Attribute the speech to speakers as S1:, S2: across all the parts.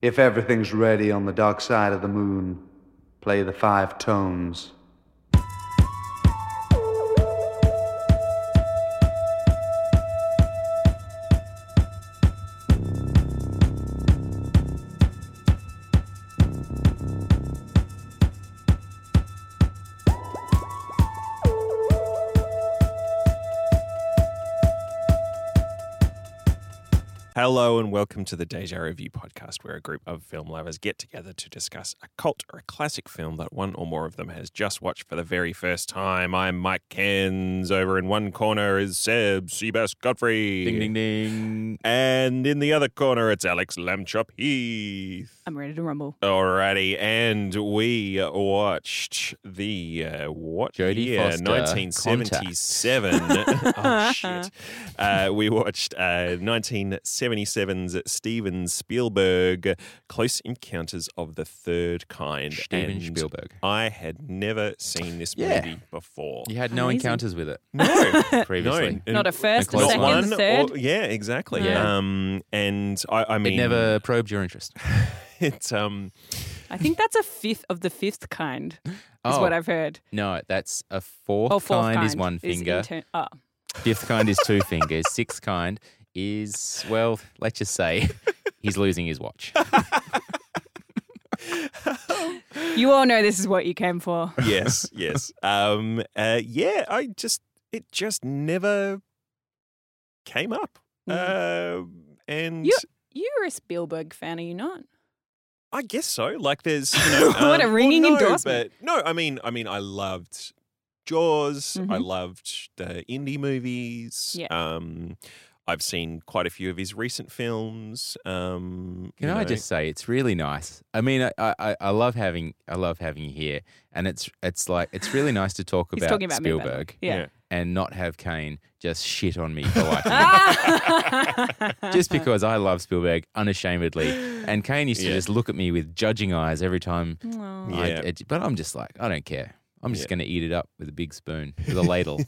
S1: If everything's ready on the dark side of the moon, play the five tones.
S2: Hello and welcome to the Deja Review podcast, where a group of film lovers get together to discuss a cult or a classic film that one or more of them has just watched for the very first time. I'm Mike Cairns. Over in one corner is Seb Seabass Godfrey.
S3: Ding ding ding.
S2: And in the other corner, it's Alex Lamchop Heath.
S4: I'm ready to rumble.
S2: Alrighty, and we watched the uh, what
S3: Jodie
S2: year?
S3: Foster,
S2: 1977. oh shit! Uh, we watched uh, 1977's Steven Spielberg Close Encounters of the Third Kind.
S3: Steven
S2: and
S3: Spielberg.
S2: I had never seen this
S3: Yeah.
S2: movie before.
S3: You had no
S4: Amazing.
S3: encounters with it
S2: No,
S3: previously.
S2: No,
S4: Not a first,
S2: Not
S4: a
S3: close
S4: second,
S2: one.
S4: a third.
S2: Or, yeah, exactly.
S3: Yeah.
S2: Um, and I, I mean,
S3: It never probed your interest.
S2: It's um.
S4: I think that's a fifth of the fifth kind, is
S3: Oh.
S4: what I've heard.
S3: No, that's a fourth,
S4: Oh, fourth
S3: kind,
S4: kind
S3: is one finger.
S4: inter- oh.
S3: Fifth kind is two fingers. Sixth kind is well, let's just say he's losing his watch.
S4: You all know this is what you came for.
S2: Yes, yes. Um. Uh. Yeah. I just. It just never came up.
S3: Uh. Mm.
S2: Um. and
S4: You- Mm. You're a Spielberg fan, are you not?
S2: I guess so. Like, there's you know,
S4: What a
S2: um, well,
S4: ringing
S2: no,
S4: endorsement.
S2: But, no, I mean, I mean, I loved Jaws. I
S3: Mm-hmm.
S4: Mhm.
S2: loved the indie movies.
S4: Yeah.
S2: Um. I've seen quite a few of his recent films. Um.
S3: Can
S2: you
S3: I
S2: know.
S3: just say it's really nice. I mean, I, I, I- I love having I love having you here, and it's it's like it's really nice to talk
S4: He's
S3: about,
S4: talking about me, by the way.
S3: Spielberg
S4: Yeah.
S3: and not have Kane just shit on me for liking it.
S4: Ah!
S3: just because I love Spielberg unashamedly. And Kane used to
S2: Yeah.
S3: just look at me with judging eyes every time.
S4: Aw.
S3: I,
S2: Yeah.
S3: it- but I'm just like, I don't care. I'm just
S2: Yeah.
S3: going to eat it up with a big spoon, with a ladle.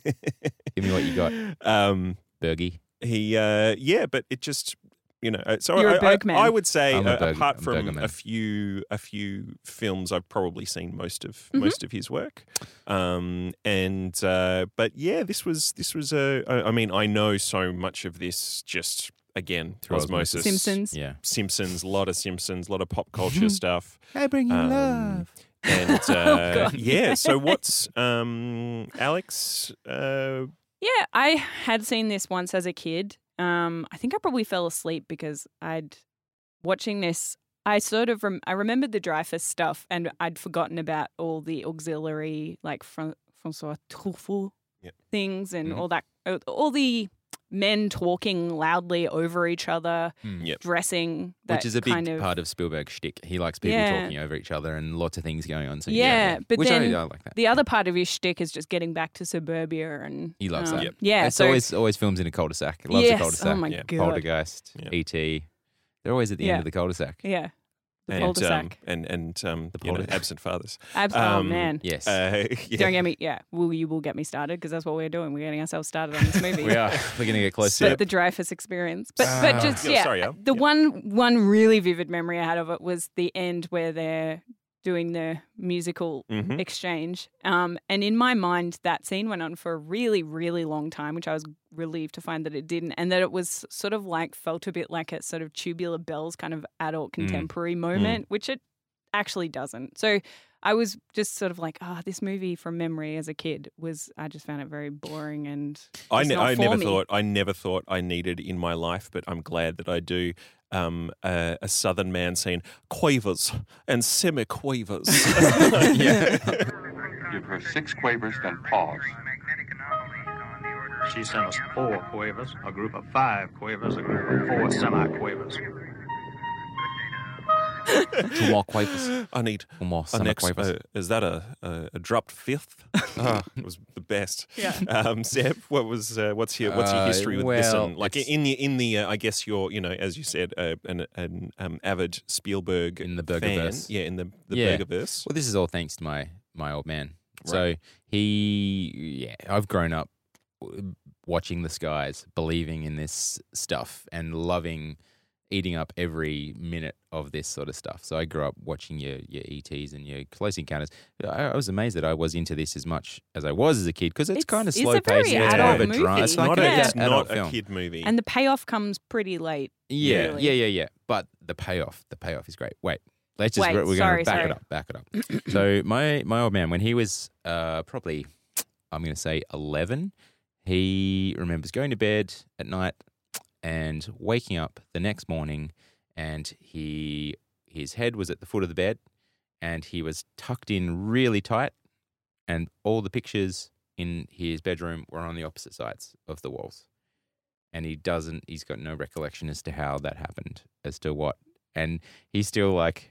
S3: Give me what you got,
S2: Um.
S3: Bergie.
S2: he uh yeah but it just you know uh, so
S4: You're a
S2: I, I-
S4: Bergman.
S2: I would say
S3: I'm a
S2: uh,
S3: Berg-
S2: apart
S3: I'm
S2: from
S3: Bergman.
S2: a few a few films I've probably seen most of
S4: Mm-hmm.
S2: most of his work um and uh but yeah this was this was a I I mean I know so much of this just again through
S3: Through osmosis.
S2: osmosis
S4: Simpsons.
S3: Yeah.
S2: Simpsons a lot of Simpsons a lot of pop culture stuff
S3: I bring you
S2: Um,
S3: love.
S2: and uh,
S4: Oh, God.
S2: yeah so what's um Alex uh
S4: Yeah, I had seen this once as a kid. Um, I think I probably fell asleep because I'd watching this. I sort of rem- I remembered the Dreyfus stuff, and I'd forgotten about all the auxiliary like Fran- Francois Truffaut
S2: Yep.
S4: things and
S3: Mhm.
S4: all that, uh, all the men talking loudly over each other,
S3: Mm.
S2: Yep.
S4: dressing, that
S3: Which is a big
S4: kind of,
S3: part of Spielberg's shtick. He likes people
S4: Yeah.
S3: talking over each other and lots of things going on. So
S4: Yeah, but
S3: Which
S4: then
S3: I, I like that.
S4: The other part of his shtick is just getting back to suburbia, and um,
S3: He loves that. Yep.
S4: Yeah,
S3: it's
S4: so
S3: always always films in a cul-de-sac. He loves
S4: yes,
S3: a cul-de-sac.
S4: oh my
S2: Yeah.
S4: god,
S3: Poltergeist,
S2: Yeah.
S3: E.T. They're always at the
S4: Yeah.
S3: end of the cul-de-sac.
S4: yeah, the
S2: and,
S4: cul-de-sac.
S2: um, and and um
S3: The
S2: you know,
S3: polity-
S2: absent fathers
S4: Abs- oh
S2: um,
S4: man,
S3: Yes.
S2: Uh, yeah.
S4: Don't get me. Yeah, will you will get me started because that's what we're doing. We're getting ourselves started on this movie.
S3: we are. We're going to get close to
S4: But
S3: it.
S4: the Dreyfus experience. But but
S3: Ah.
S4: just
S2: Yeah,
S4: yeah,
S2: sorry, yeah.
S4: the
S2: Yeah.
S4: one one really vivid memory I had of it was the end where they're doing the musical
S2: Mhm.
S4: exchange. Um, and in my mind, that scene went on for a really really long time, which I was relieved to find that it didn't, and that it was sort of like felt a bit like a sort of tubular bells kind of
S2: Mm.
S4: adult contemporary moment, which it actually doesn't. So I was just sort of like, ah, this movie from memory as a kid was, I just found it very boring and
S2: I,
S4: it's
S2: ne-
S4: not
S2: I
S4: for
S2: never
S4: me.
S2: thought I never thought I needed in my life, but I'm glad that I do. Um, uh, a southern man saying quavers and semiquavers.
S5: Give her six quavers, then pause.
S6: She sent us four quavers, a group of five quavers, a group of four semi-quavers.
S3: Two more quavers.
S2: I need
S3: One more
S2: an
S3: summer
S2: ex-
S3: quavers.
S2: uh, Is that a, a a dropped fifth? Ah, it was the best.
S4: Yeah.
S2: Um, Seb, what was uh, what's your what's your
S3: Uh,
S2: history with this?
S3: well,
S2: And like
S3: it's-
S2: in the in the uh, I guess you're you know as you said uh, an an um, avid Spielberg
S3: In the
S2: fan.
S3: Burgerverse.
S2: Yeah, in the the
S3: Yeah.
S2: Burgerverse.
S3: Well, this is all thanks to my my old man. So he, yeah, I've grown up w- watching the skies, believing in this stuff, and loving eating up every minute of this sort of stuff. So I grew up watching your your ETs and your Close Encounters. I, I was amazed that I was into this as much as I was as a kid because it's,
S4: It's-
S3: kind of
S4: it's a
S3: slow
S4: very
S3: paced. It's
S2: adult
S3: kind of a
S4: movie.
S3: drama.
S4: It's
S3: It's like
S2: not
S3: a,
S2: a,
S4: yeah.
S2: it's
S3: adult
S2: not a
S3: film.
S2: kid movie.
S4: And the payoff comes pretty late.
S3: Yeah,
S4: really.
S3: yeah, yeah, yeah. But the payoff, the payoff is great. Wait, let's just
S4: Wait,
S3: we're, going
S4: sorry,
S3: to back
S4: sorry.
S3: it up, back it up. so my my old man, when he was uh, probably, I'm going to say eleven, he remembers going to bed at night and waking up the next morning, and he his head was at the foot of the bed, and he was tucked in really tight, and all the pictures in his bedroom were on the opposite sides of the walls and he doesn't he's got no recollection as to how that happened as to what and he's still like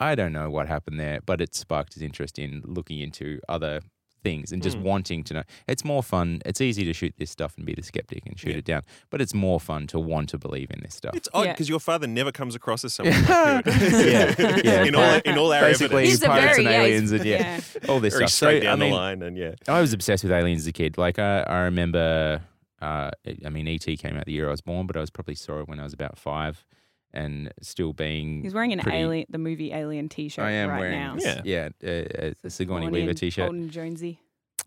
S3: i don't know what happened there but it sparked his interest in looking into other things and just
S2: Hmm.
S3: wanting to know it's more fun it's easy to shoot this stuff and be the skeptic and shoot it down but it's more fun to want to believe in this stuff
S2: it's odd
S4: Yeah.
S2: because your father never comes across as someone like who.
S3: Yeah, yeah.
S2: in all in all our
S3: basically
S2: evidence.
S4: He's a
S3: pirates and
S4: very- yeah, he's-
S3: aliens and yeah, all this
S2: very
S3: stuff so
S2: straight
S3: i
S2: down
S3: mean
S2: the line, and yeah,
S3: I was obsessed with aliens as a kid. Like I, I remember, uh, it- I mean, ET came out the year I was born, but I was probably saw it when I was about five, and still being.
S4: He's wearing an
S3: pretty-
S4: alien, the movie Alien T-shirt
S3: I am
S4: right
S3: wearing,
S4: now.
S2: Yeah.
S3: yeah, yeah, uh, a Sigourney
S4: Born
S3: Weaver
S4: in
S3: T-shirt.
S4: Holden Jonesy.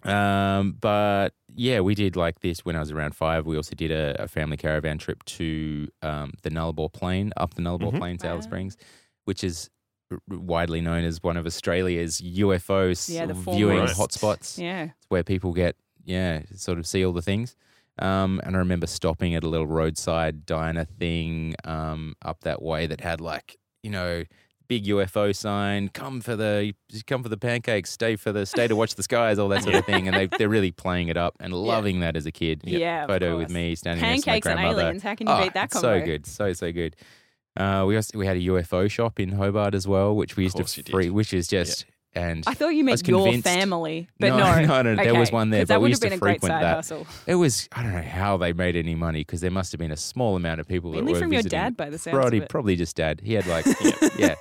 S3: Um, but yeah, we did like this when I was around five. We also did a, a family caravan trip to um, the Nullarbor Plain, up the Nullarbor
S2: Mhm.
S3: Plain to Alice
S4: Wow.
S3: Springs, which is r- widely known as one of Australia's UFOs
S4: Yeah, the
S3: viewing
S2: foremost.
S3: hotspots
S4: Yeah.
S3: where people get yeah sort of see all the things um, and i remember stopping at a little roadside diner thing um, up that way that had like you know big ufo sign come for the come for the pancakes stay for the stay to watch the skies all that sort of thing and they, they're really playing it up and loving that as a kid
S4: Yeah, of
S3: photo with
S4: course.
S3: me standing next
S4: Pancakes
S3: to my
S4: and
S3: grandmother
S4: aliens. How can you
S3: Oh,
S4: beat that
S3: it's
S4: combo?
S3: so good so so good uh, we also we had a ufo shop in hobart as well which we used
S2: course you
S3: to
S2: did.
S3: free which is just and
S4: I thought you
S3: was
S4: meant your
S3: convinced-
S4: family, but
S3: No, no,
S4: no,
S3: no, there was
S4: Okay,
S3: one there,
S4: 'cause
S3: but
S4: that
S3: we
S4: would
S3: used to
S4: have been a great
S3: frequent
S4: side
S3: that.
S4: hustle,
S3: It was I don't know how they made any money because there must have been a small amount of people
S4: mainly
S3: that were
S4: from your
S3: visiting.
S4: dad, by the sounds
S3: Probably,
S4: of it.
S3: probably just dad. He had like yeah,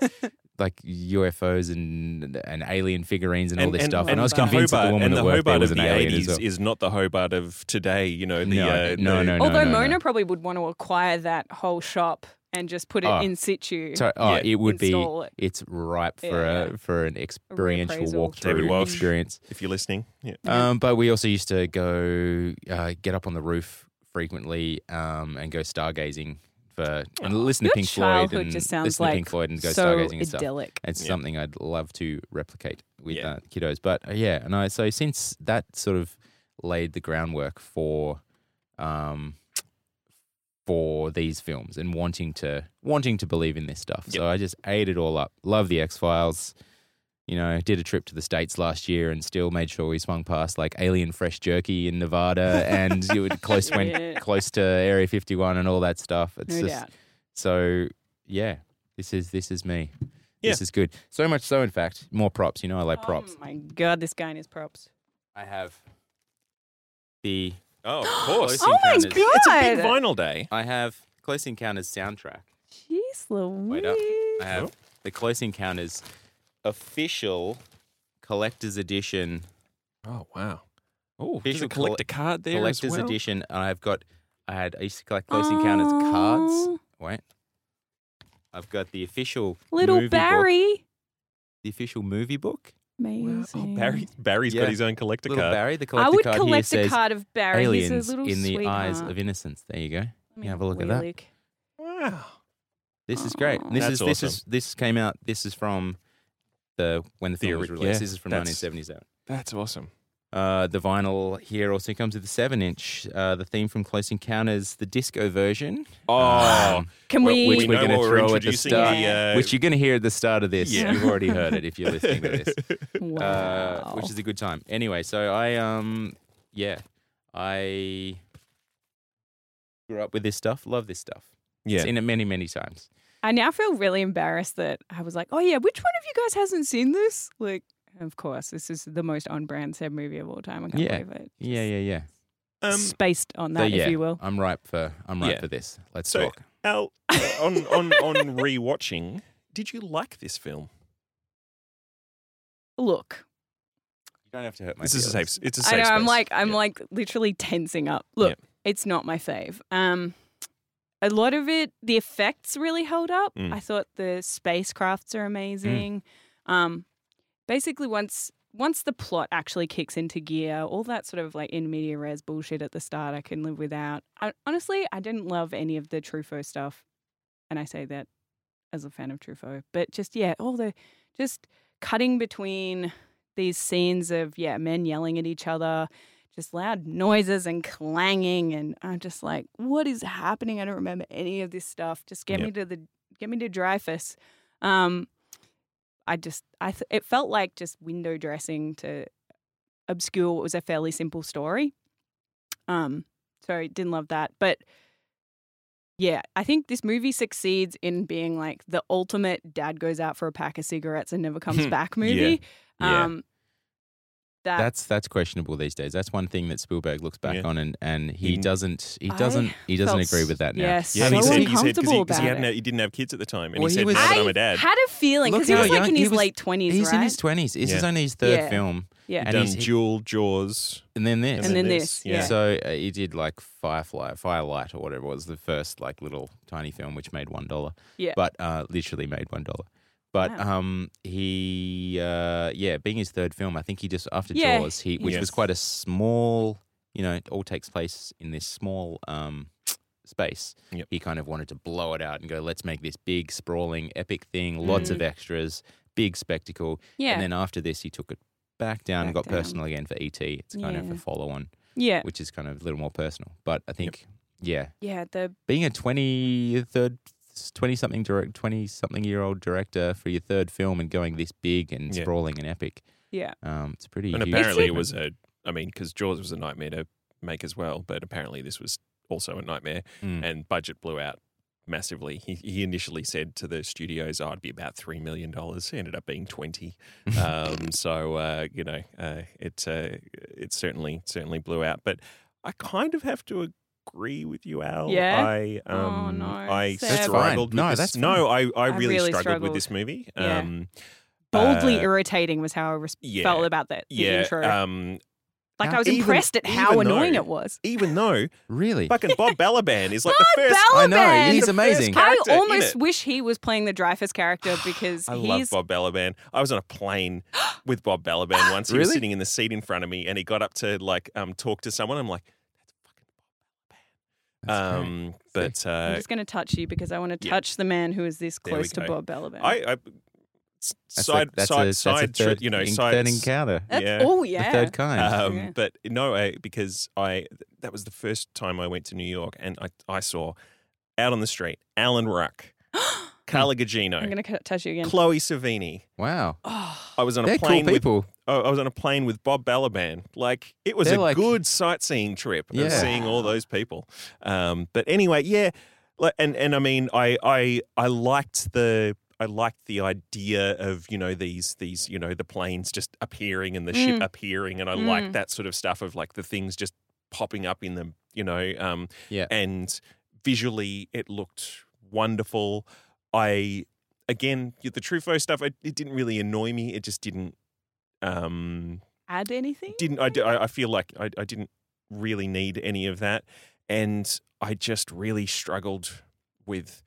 S3: like UFOs and and alien figurines and, all this stuff. And, I was
S2: the
S3: convinced that
S2: Hobart,
S3: the woman
S2: and
S3: that
S2: the
S3: worked there
S2: Hobart
S3: was
S2: of
S3: an
S2: the
S3: alien as
S2: '80s
S3: well.
S2: is not the Hobart of today. You know, the
S3: No,
S2: uh,
S3: no,
S2: the-
S3: no, no.
S4: Although
S3: no.
S4: Mona probably would want to acquire that whole shop and just put it
S3: Oh.
S4: in situ.
S3: So, oh,
S2: Yeah.
S3: it would be.
S4: Install it.
S3: It's ripe for
S4: Yeah.
S3: a for an experiential
S4: reappraisal.
S2: David
S3: walkthrough
S2: Welsh.
S3: experience.
S2: If you're listening, yeah.
S3: Um, but we also used to go uh, get up on the roof frequently um, and go stargazing for and listen
S4: Your
S3: to Pink Floyd
S4: childhood
S3: and
S4: just sounds
S3: listen to
S4: like
S3: Pink Floyd and go
S4: so
S3: stargazing and stuff.
S4: idyllic.
S3: It's
S2: Yeah.
S3: something I'd love to replicate with
S2: Yeah.
S3: uh, kiddos. But uh, yeah, and I so since that sort of laid the groundwork for um for these films and wanting to wanting to believe in this stuff. So I just ate it all up. Love the X Files. You know, did a trip to the states last year and still made sure we swung past like alien fresh jerky in Nevada and you were close
S4: Yeah.
S3: went close to Area 51 and all that stuff. It's
S4: No
S3: just
S4: doubt.
S3: so yeah, this is this is me.
S2: Yeah.
S3: This is good. So much so, in fact, more props. You know, I like props.
S4: Oh my god, this guy and his props.
S3: I have the.
S2: Oh, of course.
S3: Oh my Encounters.
S2: It's a big
S4: God.
S2: vinyl day.
S3: I have Close Encounters soundtrack.
S4: Jeez Louise.
S3: Wait up. I have the Close Encounters official collector's edition.
S2: Oh wow. Oh, there's
S3: Official
S2: a collector
S3: collec-
S2: card there as
S3: collector's
S2: well.
S3: edition, and I've got. I had. I used to collect Close Encounters cards. Wait. I've got the official
S4: Little
S3: movie book-
S4: Barry.
S3: the official movie book.
S4: Amazing.
S2: Oh, Barry, Barry's
S3: Yeah.
S2: got his own collector
S3: Little
S2: card.
S3: Barry, the collector
S4: I would
S3: card here
S4: collect a
S3: says,
S4: card of Barry. He's
S3: aliens
S4: a
S3: in
S4: little
S3: the eyes
S4: sweetheart.
S3: of innocence. There you go.
S4: Let me
S3: have a
S4: have
S3: look at that.
S4: look.
S2: Wow.
S3: This is great.
S4: Aw.
S3: This
S2: That's
S3: is this is
S2: awesome.
S3: this came out. This is from the when the
S2: The
S3: film was
S2: ori-
S3: released.
S2: yeah,
S3: this is from
S2: that's-
S3: 1977.
S2: That's awesome.
S3: Uh, the vinyl here also comes with the seven inch. Uh, the theme from Close Encounters, the disco version,
S2: Oh,
S3: um,
S4: Can
S2: Well,
S4: we?
S2: we
S3: which we're
S2: know
S3: going to
S2: what we're
S3: throw at the
S2: introducing
S3: start,
S2: the, uh,
S3: which you're going to hear at the start of this.
S2: Yeah.
S3: You've already heard it if you're listening to this.
S4: wow.
S3: uh, which is a good time. Anyway, so I um yeah, I grew up with this stuff. Love this stuff.
S2: yeah.
S3: Seen it many many times.
S4: I now feel really embarrassed that I was like, oh yeah, which one of you guys hasn't seen this? Like, of course, this is the most on brand Seb movie of all time. I can't
S3: Yeah.
S4: believe it.
S3: Yeah, yeah, yeah.
S2: Um,
S4: Spaced on
S3: so
S4: that,
S3: yeah,
S4: if you will.
S3: I'm ripe for I'm ripe
S2: Yeah.
S3: for this. Let's
S2: So-
S3: talk.
S2: Al, on on on rewatching, did you like this film?
S4: Look,
S3: You don't have to hurt my.
S2: This is a safe. s- It's a safe.
S4: I know. I'm
S2: space.
S4: like, I'm
S2: Yeah.
S4: like literally tensing up. Look, it's not my fave. Um, a lot of it, the effects really held up.
S2: Mm.
S4: I thought the spacecrafts are amazing. Um, basically, once once the plot actually kicks into gear, all that sort of like in media res bullshit at the start, I can live without. I, honestly, I didn't love any of the Truffaut stuff, and I say that as a fan of Truffaut. But just yeah, all the just cutting between these scenes of yeah men yelling at each other, just loud noises and clanging, and I'm just like, what is happening? I don't remember any of this stuff. Just get me to the get me to Dreyfus. Um, I just I th- it felt like just window dressing to obscure what was a fairly simple story. Um, so didn't love that, but yeah, I think this movie succeeds in being like the ultimate dad goes out for a pack of cigarettes and never comes back movie.
S3: Yeah.
S4: Um, that,
S3: That's that's questionable these days. That's one thing that Spielberg looks back
S2: Yeah.
S3: on and, and he
S2: He-
S3: doesn't he
S4: I
S3: doesn't he doesn't
S4: felt
S3: agree with that now.
S4: yes.
S2: Yeah, and he
S4: So
S2: said, he said because he,
S4: uncomfortable
S2: 'cause he,
S4: about
S2: hadn't-
S4: it.
S2: he didn't have kids at the time, and
S3: Well,
S2: he
S3: he
S2: said,
S3: was-
S2: "Now that
S4: I
S2: I'm a dad,
S4: had a feeling
S3: Look
S4: because he
S3: how
S4: was like
S3: young-
S4: in
S3: he
S4: his
S3: was-
S4: late twenties,
S3: He's
S4: right?
S3: in his twenties. This is
S2: Yeah.
S3: only his third
S4: Yeah.
S3: film,
S4: yeah,
S2: he'd
S3: and
S2: done
S3: he's-
S2: dual jaws,
S3: and then this.
S4: And then this, yeah.
S3: So uh, he did like Firefly, Firelight, or whatever it was, the first like little tiny film which made one dollar.
S4: Yeah.
S3: But uh, literally made one dollar. But
S4: Wow.
S3: um, he uh, yeah, being his third film, I think he just after
S4: Yeah,
S3: Jaws, he which
S2: yes.
S3: was quite a small, you know, it all takes place in this small um space.
S2: Yep.
S3: He kind of wanted to blow it out and go, let's make this big, sprawling, epic thing, lots of extras, big spectacle.
S4: Mm. yeah,
S3: And then after this, he took it back down and
S4: Back
S3: got
S4: down.
S3: personal again for ET. It's kind of
S4: Yeah.
S3: a follow on
S4: yeah,
S3: which is kind of a little more personal. But I think, yeah,
S4: yeah. The
S3: being a 20, third, 20 something direct, 20 something year old director for your third film and going this big and
S2: Yeah.
S3: sprawling and epic,
S4: yeah,
S3: um, it's pretty.
S2: and
S3: huge
S2: apparently it was
S3: commitment.
S2: a. I mean, because Jaws was a nightmare to make as well, but apparently this was also a nightmare,
S3: Mm.
S2: and budget blew out massively. He, he initially said to the studios, "Oh, it'd be about three million dollars." Ended up being twenty. um, so uh, you know, uh, it uh, it certainly certainly blew out. But I kind of have to. agree with you al
S4: Yeah?
S2: i
S4: Oh,
S2: um
S4: no,
S2: i
S4: Seb. That's
S3: fine.
S2: struggled with
S3: No,
S2: this-
S3: that's
S2: no i i really,
S4: really
S2: struggled, with
S4: struggled.
S2: this movie
S4: Yeah.
S2: um
S4: boldly
S2: uh,
S4: irritating was how I res-
S2: yeah,
S4: felt about that the
S2: yeah
S4: intro.
S2: um
S4: like I
S3: how-
S4: was
S2: even-
S4: impressed at how
S2: even though-
S4: annoying it was.
S2: even though
S3: really.
S2: Fucking Bob Balaban is like the first.
S4: Balaban!
S3: I know he's
S2: the first
S3: amazing.
S2: guy-
S4: I
S2: character in
S4: almost
S2: it.
S4: wish he was playing the Dreyfus character because
S2: I love
S4: he's
S2: Bob Balaban. I was on a plane with Bob Balaban once. He was
S3: Really?
S2: sitting in the seat in front of me, and he got up to like um talk to someone. I'm like,
S3: That's great.
S2: um, but
S4: I'm
S2: uh,
S4: just going to touch you because I want to
S2: yeah.
S4: touch the man who is this
S2: There we
S4: close to
S2: go.
S4: Bob Balaban.
S2: I, I s-
S3: That's a-
S2: side
S3: that's
S2: side
S3: a, that's a
S2: side tri-
S3: third,
S2: you know
S3: en-
S2: side.
S3: third encounter,
S4: That's,
S2: yeah.
S4: Oh
S3: the
S4: yeah.
S3: third kind.
S2: Um,
S4: Yeah.
S2: But no, I, because I that was the first time I went to New York, and I, I saw out on the street Alan Ruck, Carla
S4: I'm
S2: Gugino,
S4: going to touch you again.
S2: Chloe Savini.
S3: wow,
S4: oh,
S2: I was on a
S3: they're cool
S2: plane with
S3: people.
S2: Oh, I was on a plane with Bob Balaban. Like it was
S3: They're
S2: a
S3: like-
S2: good sightseeing trip
S3: Yeah.
S2: of seeing all those people. Um, but anyway, yeah, like, and and I mean, I I I liked the. I liked the idea of you know these these you know the planes just appearing and the ship
S4: Mm.
S2: appearing, and I
S4: Mm.
S2: liked that sort of stuff of like the things just popping up in them, you know. Um,
S3: Yeah.
S2: And visually, it looked wonderful. I again the Truffaut stuff. It, it didn't really annoy me. It just didn't um
S4: add anything?
S2: didn't I, I I feel like I, I didn't really need any of that and I just really struggled with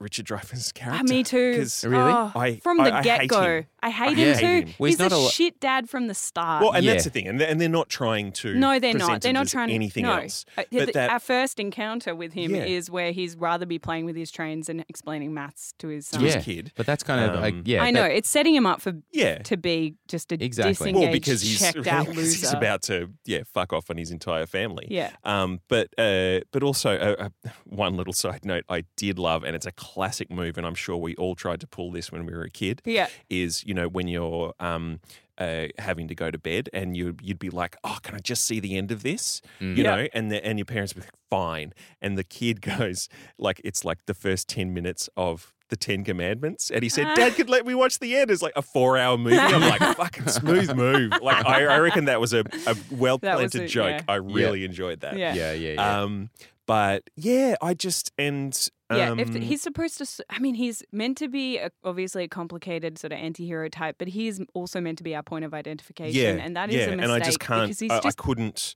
S2: Richard Dreyfuss'
S4: Ah,
S2: character
S4: me too.
S2: 'cause
S3: Really?
S4: Oh,
S2: I-
S4: from
S2: I-
S4: the
S2: I hate
S4: get go,
S2: him.
S4: I hate
S3: Yeah.
S4: him
S2: hate
S4: too.
S2: him.
S3: Well, he's
S4: he's a
S3: not a lo-
S4: shit dad from the start.
S2: well and
S3: Yeah.
S2: that's the thing and they're, and they're not trying to
S4: no, they're
S2: present
S4: not. They're
S2: it
S4: not
S2: as
S4: trying
S2: anything
S4: no.
S2: else
S4: Uh,
S2: But
S4: the-
S2: that-
S4: our first encounter with him
S2: Yeah.
S4: is where he's rather be playing with his trains and explaining maths to his son.
S2: to his
S3: Yeah.
S2: kid
S3: But that's kind of like
S2: Um,
S3: yeah.
S4: I know
S3: that-
S4: it's setting him up for
S2: yeah
S4: to be just a
S3: Exactly.
S4: disengaged,
S2: well because he's,
S4: checked out loser.
S2: because he's about to yeah fuck off on his entire family
S4: yeah.
S2: Um, but uh, but also uh, uh, one little side note I did love, and it's a classic move, and I'm sure we all tried to pull this when we were a kid.
S4: Yeah.
S2: Is you know when you're um, uh, having to go to bed, and you you'd be like, oh, can I just see the end of this?
S3: Mm.
S2: You
S4: Yeah.
S2: know, and the, and your parents would be like, fine, and the kid goes like it's like the first ten minutes of. The Ten Commandments, and he said,
S4: Ah.
S2: "Dad could let me watch the end." It's like a four-hour movie. I'm like, "Fucking smooth move!" Like I, I reckon that was a, a well-planted
S4: a-
S2: joke.
S4: yeah.
S2: I really enjoyed that.
S4: Yeah.
S3: yeah, yeah, yeah.
S2: Um, but yeah, I just and
S4: Yeah,
S2: um,
S4: if th- he's supposed to. s- I mean, he's meant to be a, obviously a complicated sort of anti-hero type, but he's also meant to be our point of identification,
S2: yeah,
S4: and that is
S2: yeah,
S4: a mistake.
S2: and I just can't.
S4: because he's
S2: I, I
S4: just.
S2: couldn't.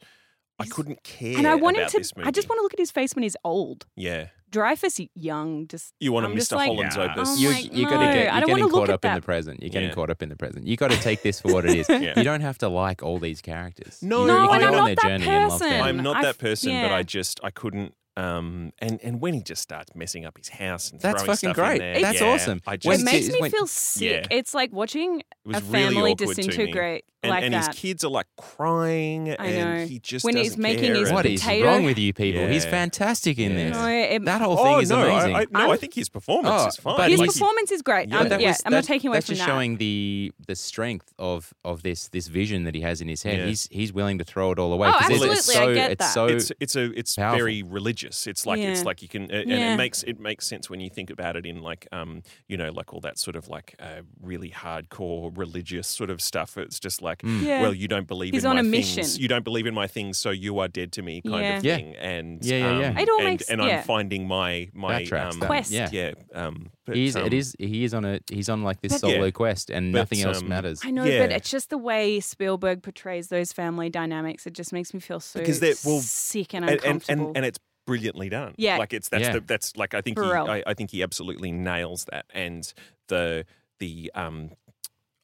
S2: I
S4: he's-
S2: couldn't care.
S4: and I want him
S2: about
S4: to.
S2: This movie.
S4: I just want to look at his face when he's old.
S2: Yeah,
S4: Dreyfus Young just
S2: You want to
S4: I'm just
S2: Mr.
S4: like, oh
S2: Holland's
S6: yeah.
S2: opus?
S4: I'm
S3: you,
S4: like,
S3: you gotta
S4: no,
S3: get,
S4: I
S3: you're
S4: don't wanna
S3: getting
S4: look
S3: caught
S4: at
S3: up in the
S4: that.
S3: present. You're getting
S2: Yeah.
S3: caught up in the present. You got to take this for what it is.
S2: Yeah.
S3: You don't have to like all these characters.
S2: No,
S3: you,
S2: No,
S3: you
S2: and
S3: can
S2: I'm
S3: go
S4: not
S3: on their
S4: that
S3: journey and love
S4: person.
S3: them.
S2: I'm
S4: And
S2: not
S4: I
S2: that
S4: f-
S2: person, but
S4: yeah.
S2: I just I couldn't. Um, and and when he just starts messing up his house and
S3: That's
S2: throwing
S3: fucking
S2: stuff in
S3: great.
S2: there,
S3: That's
S2: yeah,
S3: awesome.
S2: I
S3: When
S4: it
S2: just,
S3: Wait,
S4: makes
S3: it's
S4: me
S3: when-
S4: feel sick.
S2: Yeah.
S4: It's like watching
S2: it was
S4: a
S2: really
S4: family
S2: awkward to me.
S4: disintegrate
S2: And,
S4: like
S2: and
S4: that.
S2: his kids are like crying,
S4: I
S2: and
S4: know.
S2: he just
S4: When he's
S2: doesn't
S4: making
S2: care
S4: his
S2: and-
S3: What is
S4: potato-
S3: wrong with you people? He's
S2: Yeah.
S3: fantastic in
S2: Yeah.
S3: this.
S4: No, it-
S3: That whole thing
S2: Oh
S3: is
S2: no!
S3: amazing.
S2: I, I, no, I
S4: I'm-
S2: think his performance
S3: Oh,
S2: is fine.
S3: but
S4: his
S3: like-
S4: performance is great.
S2: Yeah,
S4: Um,
S3: But that
S4: yeah,
S3: was-
S4: I'm not
S3: that-
S4: taking away
S3: that's
S4: from
S3: just
S4: that.
S3: showing the the strength of of this this vision that he has in his head.
S2: Yeah.
S3: He's he's willing to throw it all away.
S4: Oh,
S3: 'cause it's-
S4: absolutely, I
S3: It's so,
S4: get
S3: it's
S4: that.
S3: so
S2: it's it's a it's
S3: powerful.
S2: very religious. It's like it's
S4: Yeah.
S2: like you can uh, and it
S4: Yeah.
S2: makes it makes sense when you think about it in like um you know like all that sort of like uh, really hardcore religious sort of stuff. It's just like
S3: Mm.
S4: Yeah.
S2: well you don't believe
S4: He's
S2: in
S4: on
S2: my
S4: a
S2: things.
S4: mission.
S2: You don't believe in my things, so you are dead to me kind of
S3: Yeah. Yeah.
S2: thing. And
S3: Yeah, yeah, yeah.
S2: um,
S4: It all
S2: and,
S4: makes-
S2: and
S4: yeah.
S2: I'm finding my my
S3: That tracks,
S2: um,
S3: that.
S4: Quest.
S3: Yeah.
S2: Yeah, um, but,
S3: He's,
S2: um,
S3: it is. He is on a. He's on like this
S2: But- yeah.
S3: solo quest, and
S2: But,
S3: nothing else
S2: um,
S3: matters.
S4: I know, but
S2: Yeah.
S4: it's just the way Spielberg portrays those family dynamics. It just makes me feel so
S2: Because they're- well,
S4: sick and
S2: and, and,
S4: uncomfortable.
S2: and, and it's brilliantly done.
S4: Yeah.
S2: like it's that's
S3: Yeah.
S2: the, that's like I think he,
S4: Burrell.
S2: I, I think he absolutely nails that and the the um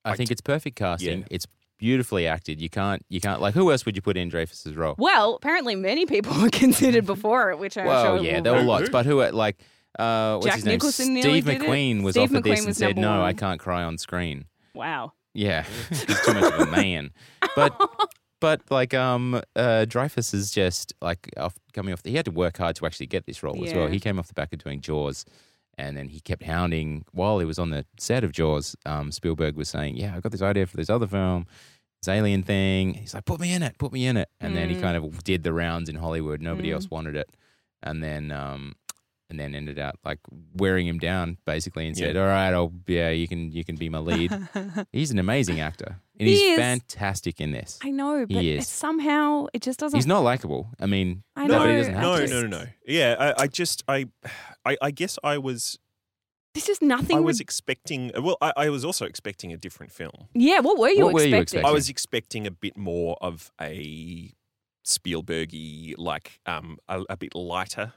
S3: I
S2: I
S3: think
S2: d-
S3: it's perfect casting.
S2: Yeah.
S3: It's beautifully acted. You can't. You can't. Like, who else would you put in Dreyfus's role?
S4: well, apparently many people were considered before it, which I'm
S3: Well,
S4: sure
S3: yeah,
S4: will-
S3: there were
S2: Who-
S3: lots,
S2: who?
S3: but who? are- Like, uh, what's
S4: Jack
S3: his name?
S4: Nicholson nearly
S3: Steve
S4: did it.
S3: McQueen was
S4: Steve
S3: offered
S4: McQueen
S3: this and
S4: was
S3: said,
S4: number
S3: "No, I
S4: one."
S3: can't cry on screen."
S4: wow.
S3: Yeah, he's too much of a man. But but like um uh Dreyfus is just like off, coming off. he had to work hard to actually get this role as well.
S4: Yeah.
S3: He came off the back of doing Jaws, and then he kept hounding while he was on the set of Jaws. Um, Spielberg was saying, "Yeah, I got this idea for this other film." This alien thing. He's like, put me in it, put me in it. And then he
S4: Mm.
S3: kind of did the rounds in Hollywood. Nobody
S4: Mm.
S3: else wanted it. And then um, and then ended up like wearing him down basically and
S2: Yeah.
S3: said, "All right, I'll yeah, you can you can be my lead." he's an amazing actor, and he's
S4: He is.
S3: fantastic in this.
S4: I know, but
S3: Yes.
S4: it's somehow it just doesn't.
S3: He's not likable. I mean,
S4: I
S3: no,
S4: know.
S3: but he doesn't have
S2: no,
S3: to.
S4: I
S2: no,
S4: just-
S2: no, no. Yeah, I, I just, I, I, I guess I was,
S4: This is nothing.
S2: I was
S4: re-
S2: expecting. Well, I, I was also expecting a different film.
S4: yeah, what were you
S3: What were
S4: expecting?
S3: you
S2: I
S3: Gotcha.
S2: was expecting a bit more of a Spielbergy, like, um, a, a bit lighter.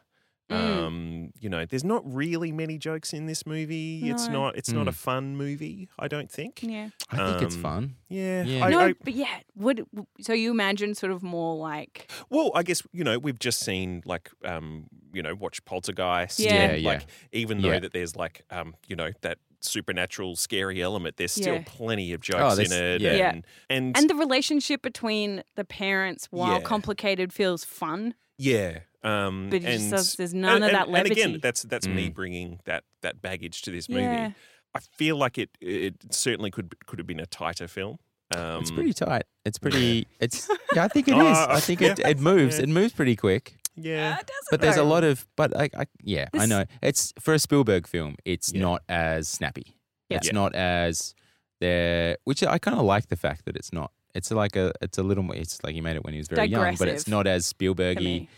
S4: Mm.
S2: Um, you know, there's not really many jokes in this movie. It's
S4: No.
S2: not, it's not a
S3: Mm.
S2: fun movie. I don't think. Yeah,
S4: Yeah.
S3: I think it's
S2: Um,
S3: fun. Yeah.
S2: yeah. I,
S4: no,
S2: I,
S4: but yeah, would so you imagine sort of more like
S2: Well, I guess you know we've just seen like um you know watch Poltergeist.
S4: Yeah. Yeah,
S2: and,
S3: yeah.
S2: Like even though
S3: Yeah.
S2: that there's like um you know that supernatural scary element, there's still
S4: Yeah. Oh,
S2: plenty of jokes in it.
S3: there's- yeah.
S4: Yeah.
S2: And, and
S4: and the relationship between the parents while
S2: Yeah.
S4: complicated feels fun,
S2: yeah, um,
S4: but it
S2: and
S4: just does, there's none
S2: and,
S4: of
S2: and-
S4: that levity.
S2: And again, that's that's me
S3: Mm.
S2: bringing that that baggage to this movie.
S4: yeah.
S2: I feel like it it certainly could could have been a tighter film. Um,
S3: it's pretty tight. It's pretty. It's yeah. I think it is.
S2: Oh,
S3: I think it,
S2: yeah.
S3: it moves.
S2: Yeah.
S3: It moves pretty quick.
S2: yeah.
S4: Uh, it doesn't
S3: But there's a
S4: though.
S3: lot of. But I, I yeah. I
S4: This-
S3: know. It's for a Spielberg film. It's
S2: Yeah.
S3: not as snappy.
S4: Yeah.
S3: It's
S2: Yeah.
S3: not as there. Which I kind of like the fact that it's not. It's like a. It's a little. more It's like he made it when he was very young, but it's
S4: Digressive
S3: not as
S4: to
S3: Spielbergy.
S4: me.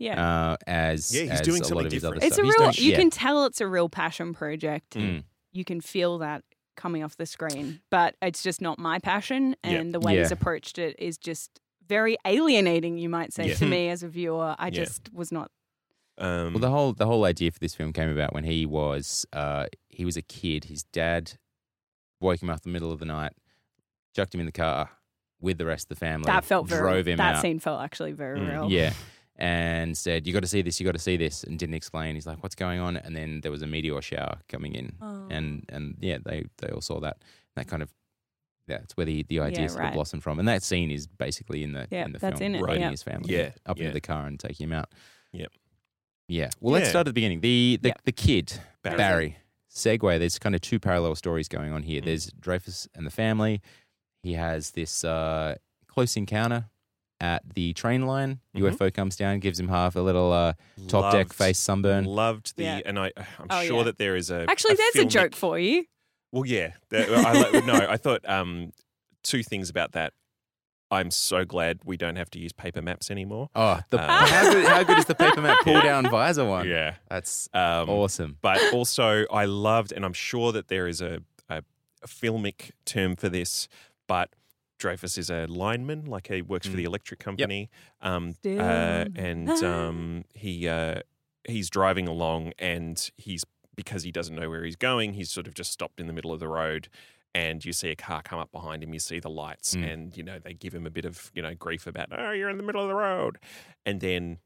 S4: Yeah.
S3: uh, as
S2: Yeah, he's
S3: as
S2: doing
S3: a lot
S2: something
S3: of his other
S2: different.
S4: it's
S3: stuff.
S4: a
S3: He's
S4: real
S3: doing-
S4: you
S3: yeah.
S4: can tell it's a real passion project.
S3: Mm.
S4: You can feel that coming off the screen, but it's just not my passion
S2: Yeah.
S4: and the way he's
S3: Yeah.
S4: approached it is just very alienating, you might say,
S2: Yeah.
S4: to me as a viewer. I
S2: Yeah.
S4: just was not
S2: Um,
S3: Well, the whole the whole idea for this film came about when he was uh, he was a kid. His dad woke him up in the middle of the night, chucked him in the car with the rest of the family.
S4: that felt very
S3: drove him
S4: that
S3: out.
S4: scene felt actually very
S2: Mm.
S4: real.
S3: Yeah. And said, You got to see this, you got to see this, and didn't explain. He's like, What's going on? And then there was a meteor shower coming in.
S4: Oh.
S3: And and yeah, they, they all saw that. That kind of, yeah, that's where the, the idea
S4: Yeah,
S3: sort of
S4: right.
S3: blossomed from. And that scene is basically in the,
S4: Yeah,
S3: in the
S4: that's
S3: film,
S4: in it,
S3: riding
S4: yeah.
S3: his family
S2: Yeah,
S3: up
S2: yeah.
S3: into the car and taking him out.
S2: Yep.
S3: Yeah. Well, let's
S2: Yeah.
S3: start at the beginning. The, the,
S4: Yeah.
S3: the kid,
S2: Barry.
S3: Barry. Segway. There's kind of two parallel stories going on
S2: Mm.
S3: here. There's Dreyfus and the family. He has this uh, close encounter at the train line.
S2: Mhm.
S3: UFO comes down, gives him half a little uh, top deck
S2: loved-
S3: face sunburn.
S2: Loved the,
S4: Yeah.
S2: and I, I'm
S4: Oh,
S2: sure
S4: yeah.
S2: that there is a
S4: Actually, there's a
S2: filmic-
S4: joke for you.
S2: Well, yeah. That- I, li- no, I thought um, two things about that. I'm so glad we don't have to use paper maps anymore.
S3: Oh, the,
S2: Uh,
S3: how, good, how good is the paper map pull down visor one?
S2: Yeah.
S3: That's
S2: Um,
S3: awesome.
S2: But also, I loved, and I'm sure that there is a, a, a filmic term for this, but Dreyfus is a lineman, like he works for
S3: Mm.
S2: the electric company. uh, Um,
S4: Still
S2: uh,
S4: on.
S2: and um, he, uh, he's driving along and he's because he doesn't know where he's going, he's sort of just stopped in the middle of the road and you see a car come up behind him, you see the lights
S3: Mm.
S2: and you know they give him a bit of, you know, grief about, "Oh, you're in the middle of the road." And then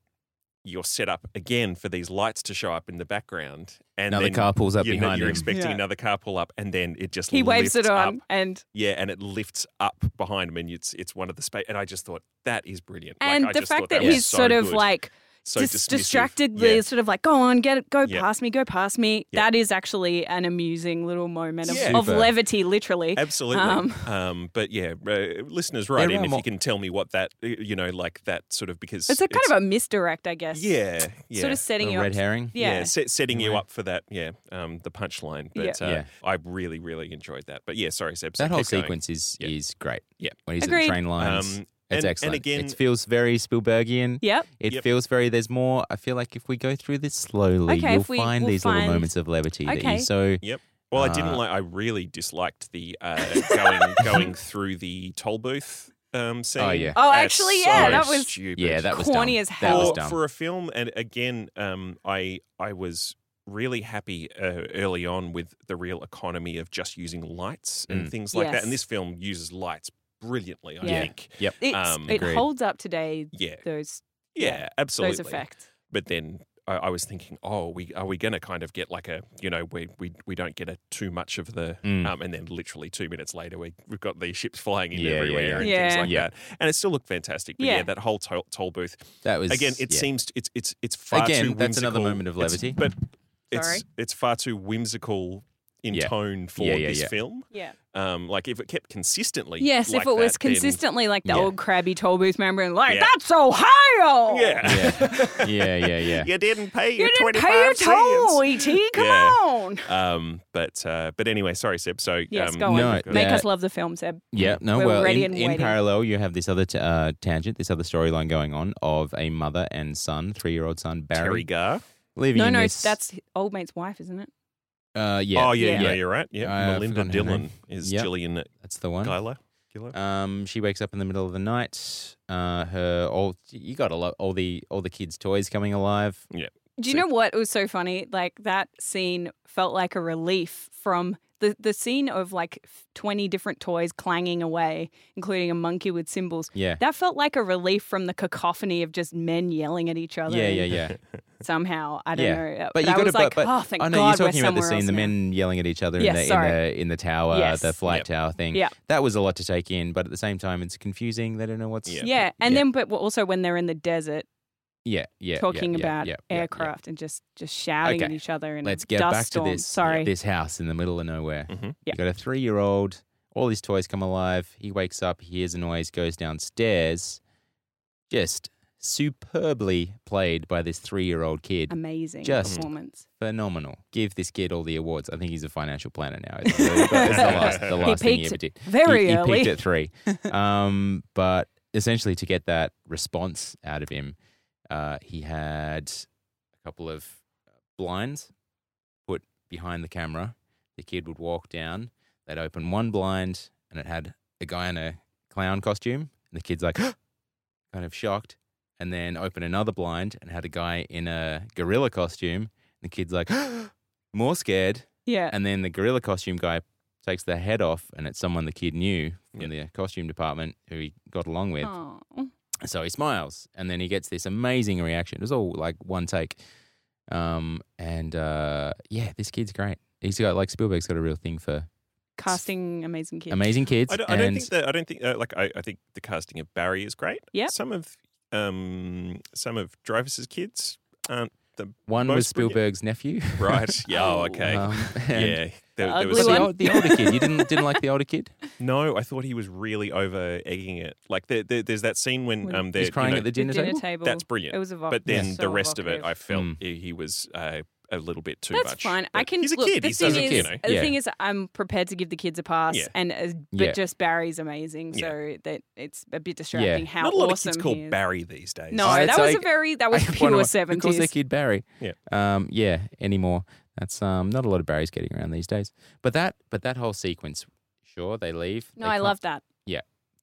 S2: you're set up again for these lights to show up in the background and
S3: Another
S2: then
S3: car pulls up
S2: you know,
S3: behind
S2: you're
S3: him.
S2: expecting
S4: Yeah.
S2: another car pull up and then it just
S4: He waves
S2: lifts
S4: it on,
S2: up
S4: and
S2: yeah, and it lifts up behind him, and it's it's one of the space. And I just thought that is brilliant. Like,
S4: and
S2: I
S4: the
S2: just
S4: fact
S2: thought
S4: that,
S2: was
S4: he's
S2: so
S4: sort of
S2: good,
S4: like
S2: so
S4: dis-
S2: dismissive.
S4: distractedly,
S2: Yeah.
S4: sort of like, go on, get it, go
S2: Yeah.
S4: past me, go past me.
S2: Yeah.
S4: That is actually an amusing little moment of,
S2: Yeah.
S4: of
S3: Super.
S4: levity, literally.
S2: Absolutely. Um,
S4: Um.
S2: but yeah, uh, listeners, write
S3: There
S2: in
S3: are
S2: if
S3: more-
S2: you can tell me what that uh, you know, like that sort of because
S4: It's a kind of a misdirect, I guess.
S2: yeah, yeah.
S4: Sort of setting
S3: Little
S4: you
S3: red
S4: up.
S3: herring.
S2: yeah,
S4: Yeah.
S2: set, setting you
S3: Anyway.
S2: up for that, yeah, um, the punchline. But
S3: Yeah.
S2: Uh,
S3: Yeah.
S2: I really, really enjoyed that. But yeah, sorry, Seb. so
S3: That whole
S2: keep going.
S3: sequence is
S2: Yeah.
S3: is great.
S2: Yeah.
S3: When he's at
S4: Agreed.
S3: the train lines.
S2: Um,
S3: it's
S2: and- and
S3: excellent.
S2: again-
S3: it feels very Spielbergian.
S4: Yep.
S3: It
S2: Yep.
S3: feels very. There's more. I feel like if we go through this slowly,
S4: Okay,
S3: you'll
S4: if we-
S3: find
S4: we'll
S3: these
S4: find-
S3: little moments of levity that
S4: Okay.
S3: you so. oh,
S2: Well, I didn't
S3: Uh,
S2: like. I really disliked the uh, going going through the toll booth um, scene.
S3: yeah.
S4: Oh,
S2: That's
S4: actually, yeah,
S2: so
S4: that was-
S2: stupid.
S3: Yeah, that was
S4: Corny
S3: dumb.
S4: as
S3: That was
S2: for,
S4: hell.
S3: dumb.
S2: for a film. And again, um, I I was really happy uh, early on with the real economy of just using lights and
S3: Mm.
S2: things like that.
S4: Yes.
S2: And this film uses lights brilliantly. I
S4: Yeah.
S2: think.
S4: It's,
S2: Um,
S4: it
S3: Agreed.
S4: holds up today.
S2: Yeah,
S4: Those
S2: yeah, absolutely.
S4: those effects.
S2: But then. I I was thinking, oh, we are we going to kind of get like a, you know, we we, we don't get a too much of the
S3: Mm.
S2: um, and then literally two minutes later, we, we've got these ships flying in
S3: Yeah, yeah,
S2: everywhere
S3: yeah.
S2: and things
S4: Yeah.
S2: like
S3: Yeah.
S2: that. And it still looked fantastic. But yeah,
S4: Yeah.
S2: that whole toll, toll booth.
S3: that was
S2: Again, it
S3: yeah.
S2: seems it's it's it's far
S3: Again,
S2: too whimsical.
S3: that's another moment of
S2: It's-
S3: levity.
S2: but it's
S4: Sorry.
S2: it's far too whimsical in
S3: Yeah.
S2: tone for
S3: Yeah, yeah,
S2: this
S3: yeah.
S2: film.
S4: Yeah.
S2: Um, like if it kept consistently.
S4: Yes,
S2: like
S4: if it was
S2: that, then-
S4: consistently like the
S3: Yeah.
S4: old crabby toll booth member and like,
S2: Yeah.
S4: that's Ohio.
S2: yeah.
S3: Yeah, yeah, yeah.
S2: you didn't pay
S4: You
S2: your
S4: didn't
S2: twenty
S4: pay your
S2: five
S4: toll, E.T. Come
S2: Yeah.
S4: on.
S2: Um, but uh, but anyway, sorry, Seb. So
S4: Yes,
S2: um,
S4: go on.
S3: No,
S4: Make
S3: that-
S4: us love the film, Seb.
S3: Yeah, no,
S4: We're
S3: well,
S4: ready
S3: in,
S4: and
S3: in
S4: waiting.
S3: parallel, you have this other t- uh, tangent, this other storyline going on of a mother and son, three year old son,
S2: Terry
S3: Barry,
S2: Gar.
S3: living
S4: No,
S3: in
S4: no,
S3: this.
S4: that's old mate's wife, isn't it?
S3: Uh, yeah,
S2: Oh yeah,
S4: Yeah.
S2: yeah, you're right. Yeah,
S3: Uh,
S2: Melinda
S3: I've forgotten her
S2: Dillon
S3: name.
S2: is
S3: Yep.
S2: Gillian
S3: that's the one.
S2: Guyler. Giller.
S3: Um, she wakes up in the middle of the night. Uh, her all you got a lot all the all the kids' toys coming alive.
S4: Do you
S2: So-
S4: know what was so funny? Like that scene felt like a relief from the, the scene of like f- 20 different toys clanging away, including a monkey with cymbals.
S3: Yeah,
S4: That felt like a relief from the cacophony of just men yelling at each other.
S3: yeah,
S4: and
S3: yeah, yeah.
S4: Somehow, I don't
S3: Yeah.
S4: know.
S3: But you
S4: I
S3: gotta-
S4: was like,
S3: but- but
S4: oh, thank
S3: I know
S4: God
S3: you're
S4: we're
S3: talking about the
S4: somewhere
S3: scene,
S4: else
S3: the
S4: now.
S3: men yelling at each other
S4: Yeah,
S3: in, the, in
S4: sorry.
S3: the in the tower,
S4: Yes.
S3: the flight
S2: Yep.
S3: tower thing.
S4: Yeah.
S3: that was a lot to take in, but at the same time, it's confusing. They don't know what's
S2: Yeah.
S4: Yeah, and
S3: Yeah.
S4: then but also when they're in the desert
S3: yeah, yeah, yeah,
S4: talking
S3: yeah,
S4: about
S3: yeah, yeah, yeah.
S4: aircraft and just just shouting at
S3: Okay.
S4: each other and
S3: Let's get
S4: dust
S3: back
S4: storm.
S3: to this
S4: Sorry,
S3: this house in the middle of nowhere.
S2: Mhm.
S3: You
S4: Yeah.
S3: got a three year old. All his toys come alive. He wakes up, he hears a noise, goes downstairs. Just superbly played by this three year old kid.
S4: amazing
S3: Just-
S4: performance.
S3: Phenomenal. Give this kid all the awards. I think he's a financial planner now. It's the, it's the last, the last thing he
S4: peaked
S3: ever did.
S4: Very
S3: he, he
S4: early.
S3: peaked at three. um, but essentially, to get that response out of him, uh, he had a couple of blinds put behind the camera. The kid would walk down. They'd open one blind, and it had a guy in a clown costume. And the kid's like, kind of shocked. And then open another blind and had a guy in a gorilla costume. And the kid's like, more scared.
S4: yeah.
S3: And then the gorilla costume guy takes their head off, and it's someone the kid knew from the costume department who he got along with.
S4: Aw.
S3: So he smiles, and then he gets this amazing reaction. It was all like one take. Um, and uh, yeah, this kid's great. He's got like Spielberg's got a real thing for
S4: casting amazing kids.
S3: amazing kids.
S2: I don't, I don't
S3: and
S2: think that. I don't think uh, like I, I think the casting of Barry is great.
S4: Yep.
S2: Some of um some of Dreyfus's kids aren't the
S3: one
S2: most
S3: was
S2: brilliant-
S3: Spielberg's nephew.
S2: right. Yeah. Oh, okay.
S3: Um, and-
S2: yeah. There,
S4: The
S2: there
S3: But
S2: was
S4: ugly
S3: the,
S2: some-
S4: one.
S3: old, the older kid, you didn't didn't like the older kid.
S2: no. I thought he was really over egging it. Like there, there, there's that scene when
S4: When
S2: um they're
S3: He's crying
S2: you know,
S3: at the dinner,
S4: dinner
S3: table.
S4: table.
S2: That's brilliant.
S4: It was evocative.
S2: but then the
S4: so
S2: rest of it,
S4: evocative.
S2: I felt
S3: Mm.
S2: he, he was uh, a little bit too
S4: Hmm. That's
S2: much.
S4: fine. I
S2: But
S4: can.
S2: He's a
S4: look,
S2: kid.
S4: The
S2: He
S4: thing
S2: doesn't,
S4: is,
S2: you know.
S4: the
S3: Yeah.
S4: thing is, I'm prepared to give the kids a pass,
S2: Yeah.
S4: and as, but
S3: Yeah.
S4: just Barry's amazing,
S2: Yeah.
S4: so that it's a bit distracting. How
S2: Not a lot
S4: awesome
S2: of kids
S4: he
S2: call
S4: is.
S2: Barry these days.
S4: No,
S3: Oh, it's
S4: that was a
S3: like-
S4: very that was
S3: I- one
S4: pure
S3: of my- who calls their
S4: seventies.
S3: kid Barry.
S2: Yeah.
S3: Um, yeah, anymore. That's um not a lot of Barrys getting around these days. But that but that whole sequence, sure, they leave.
S4: No,
S3: they
S4: I
S3: come-
S4: love that.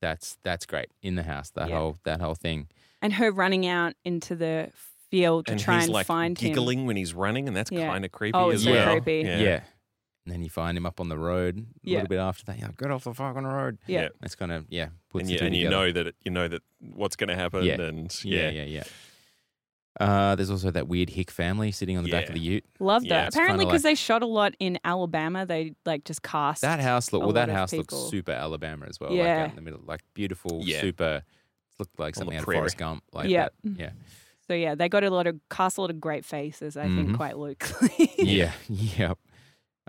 S3: that's that's great. In the house, that
S4: Yeah.
S3: whole that whole thing.
S4: And her running out into the field to
S2: and
S4: try
S2: he's
S4: and
S2: like
S4: find him.
S2: giggling when he's running, and that's
S4: Yeah.
S2: kind of creepy
S4: Oh,
S2: as
S4: it's
S3: so
S2: well.
S4: creepy.
S3: Yeah. And then you find him up on the road a
S4: Yeah.
S3: little bit after that. You're like, get off the fucking road.
S4: Yeah.
S2: Yeah.
S3: That's kind of, yeah. Puts
S2: and
S3: the
S2: you,
S3: two
S2: and you
S3: together.
S2: know that it, you know that what's going to happen,
S3: Yeah.
S2: and
S3: Yeah, yeah, yeah. Uh, there's also that weird Hick family sitting on the back of the
S2: Yeah.
S3: ute.
S4: Love that.
S2: Yeah, it's
S4: Apparently,
S3: kinda
S4: because they shot a lot in Alabama, they like just cast.
S3: That house look
S4: a
S3: well. That
S4: lot of
S3: house looks
S4: people.
S3: super Alabama as well. Like
S4: Yeah.
S3: out in the middle, like beautiful,
S2: Yeah.
S3: super. Looked like
S2: On the
S3: something out of
S2: prairie.
S3: Forrest Gump. Like
S4: Yeah.
S3: that. Yeah.
S4: so yeah, they got a lot of cast a lot of great faces. I
S3: Mhm.
S2: Mm-hmm.
S4: think quite locally.
S3: Yeah. Yep.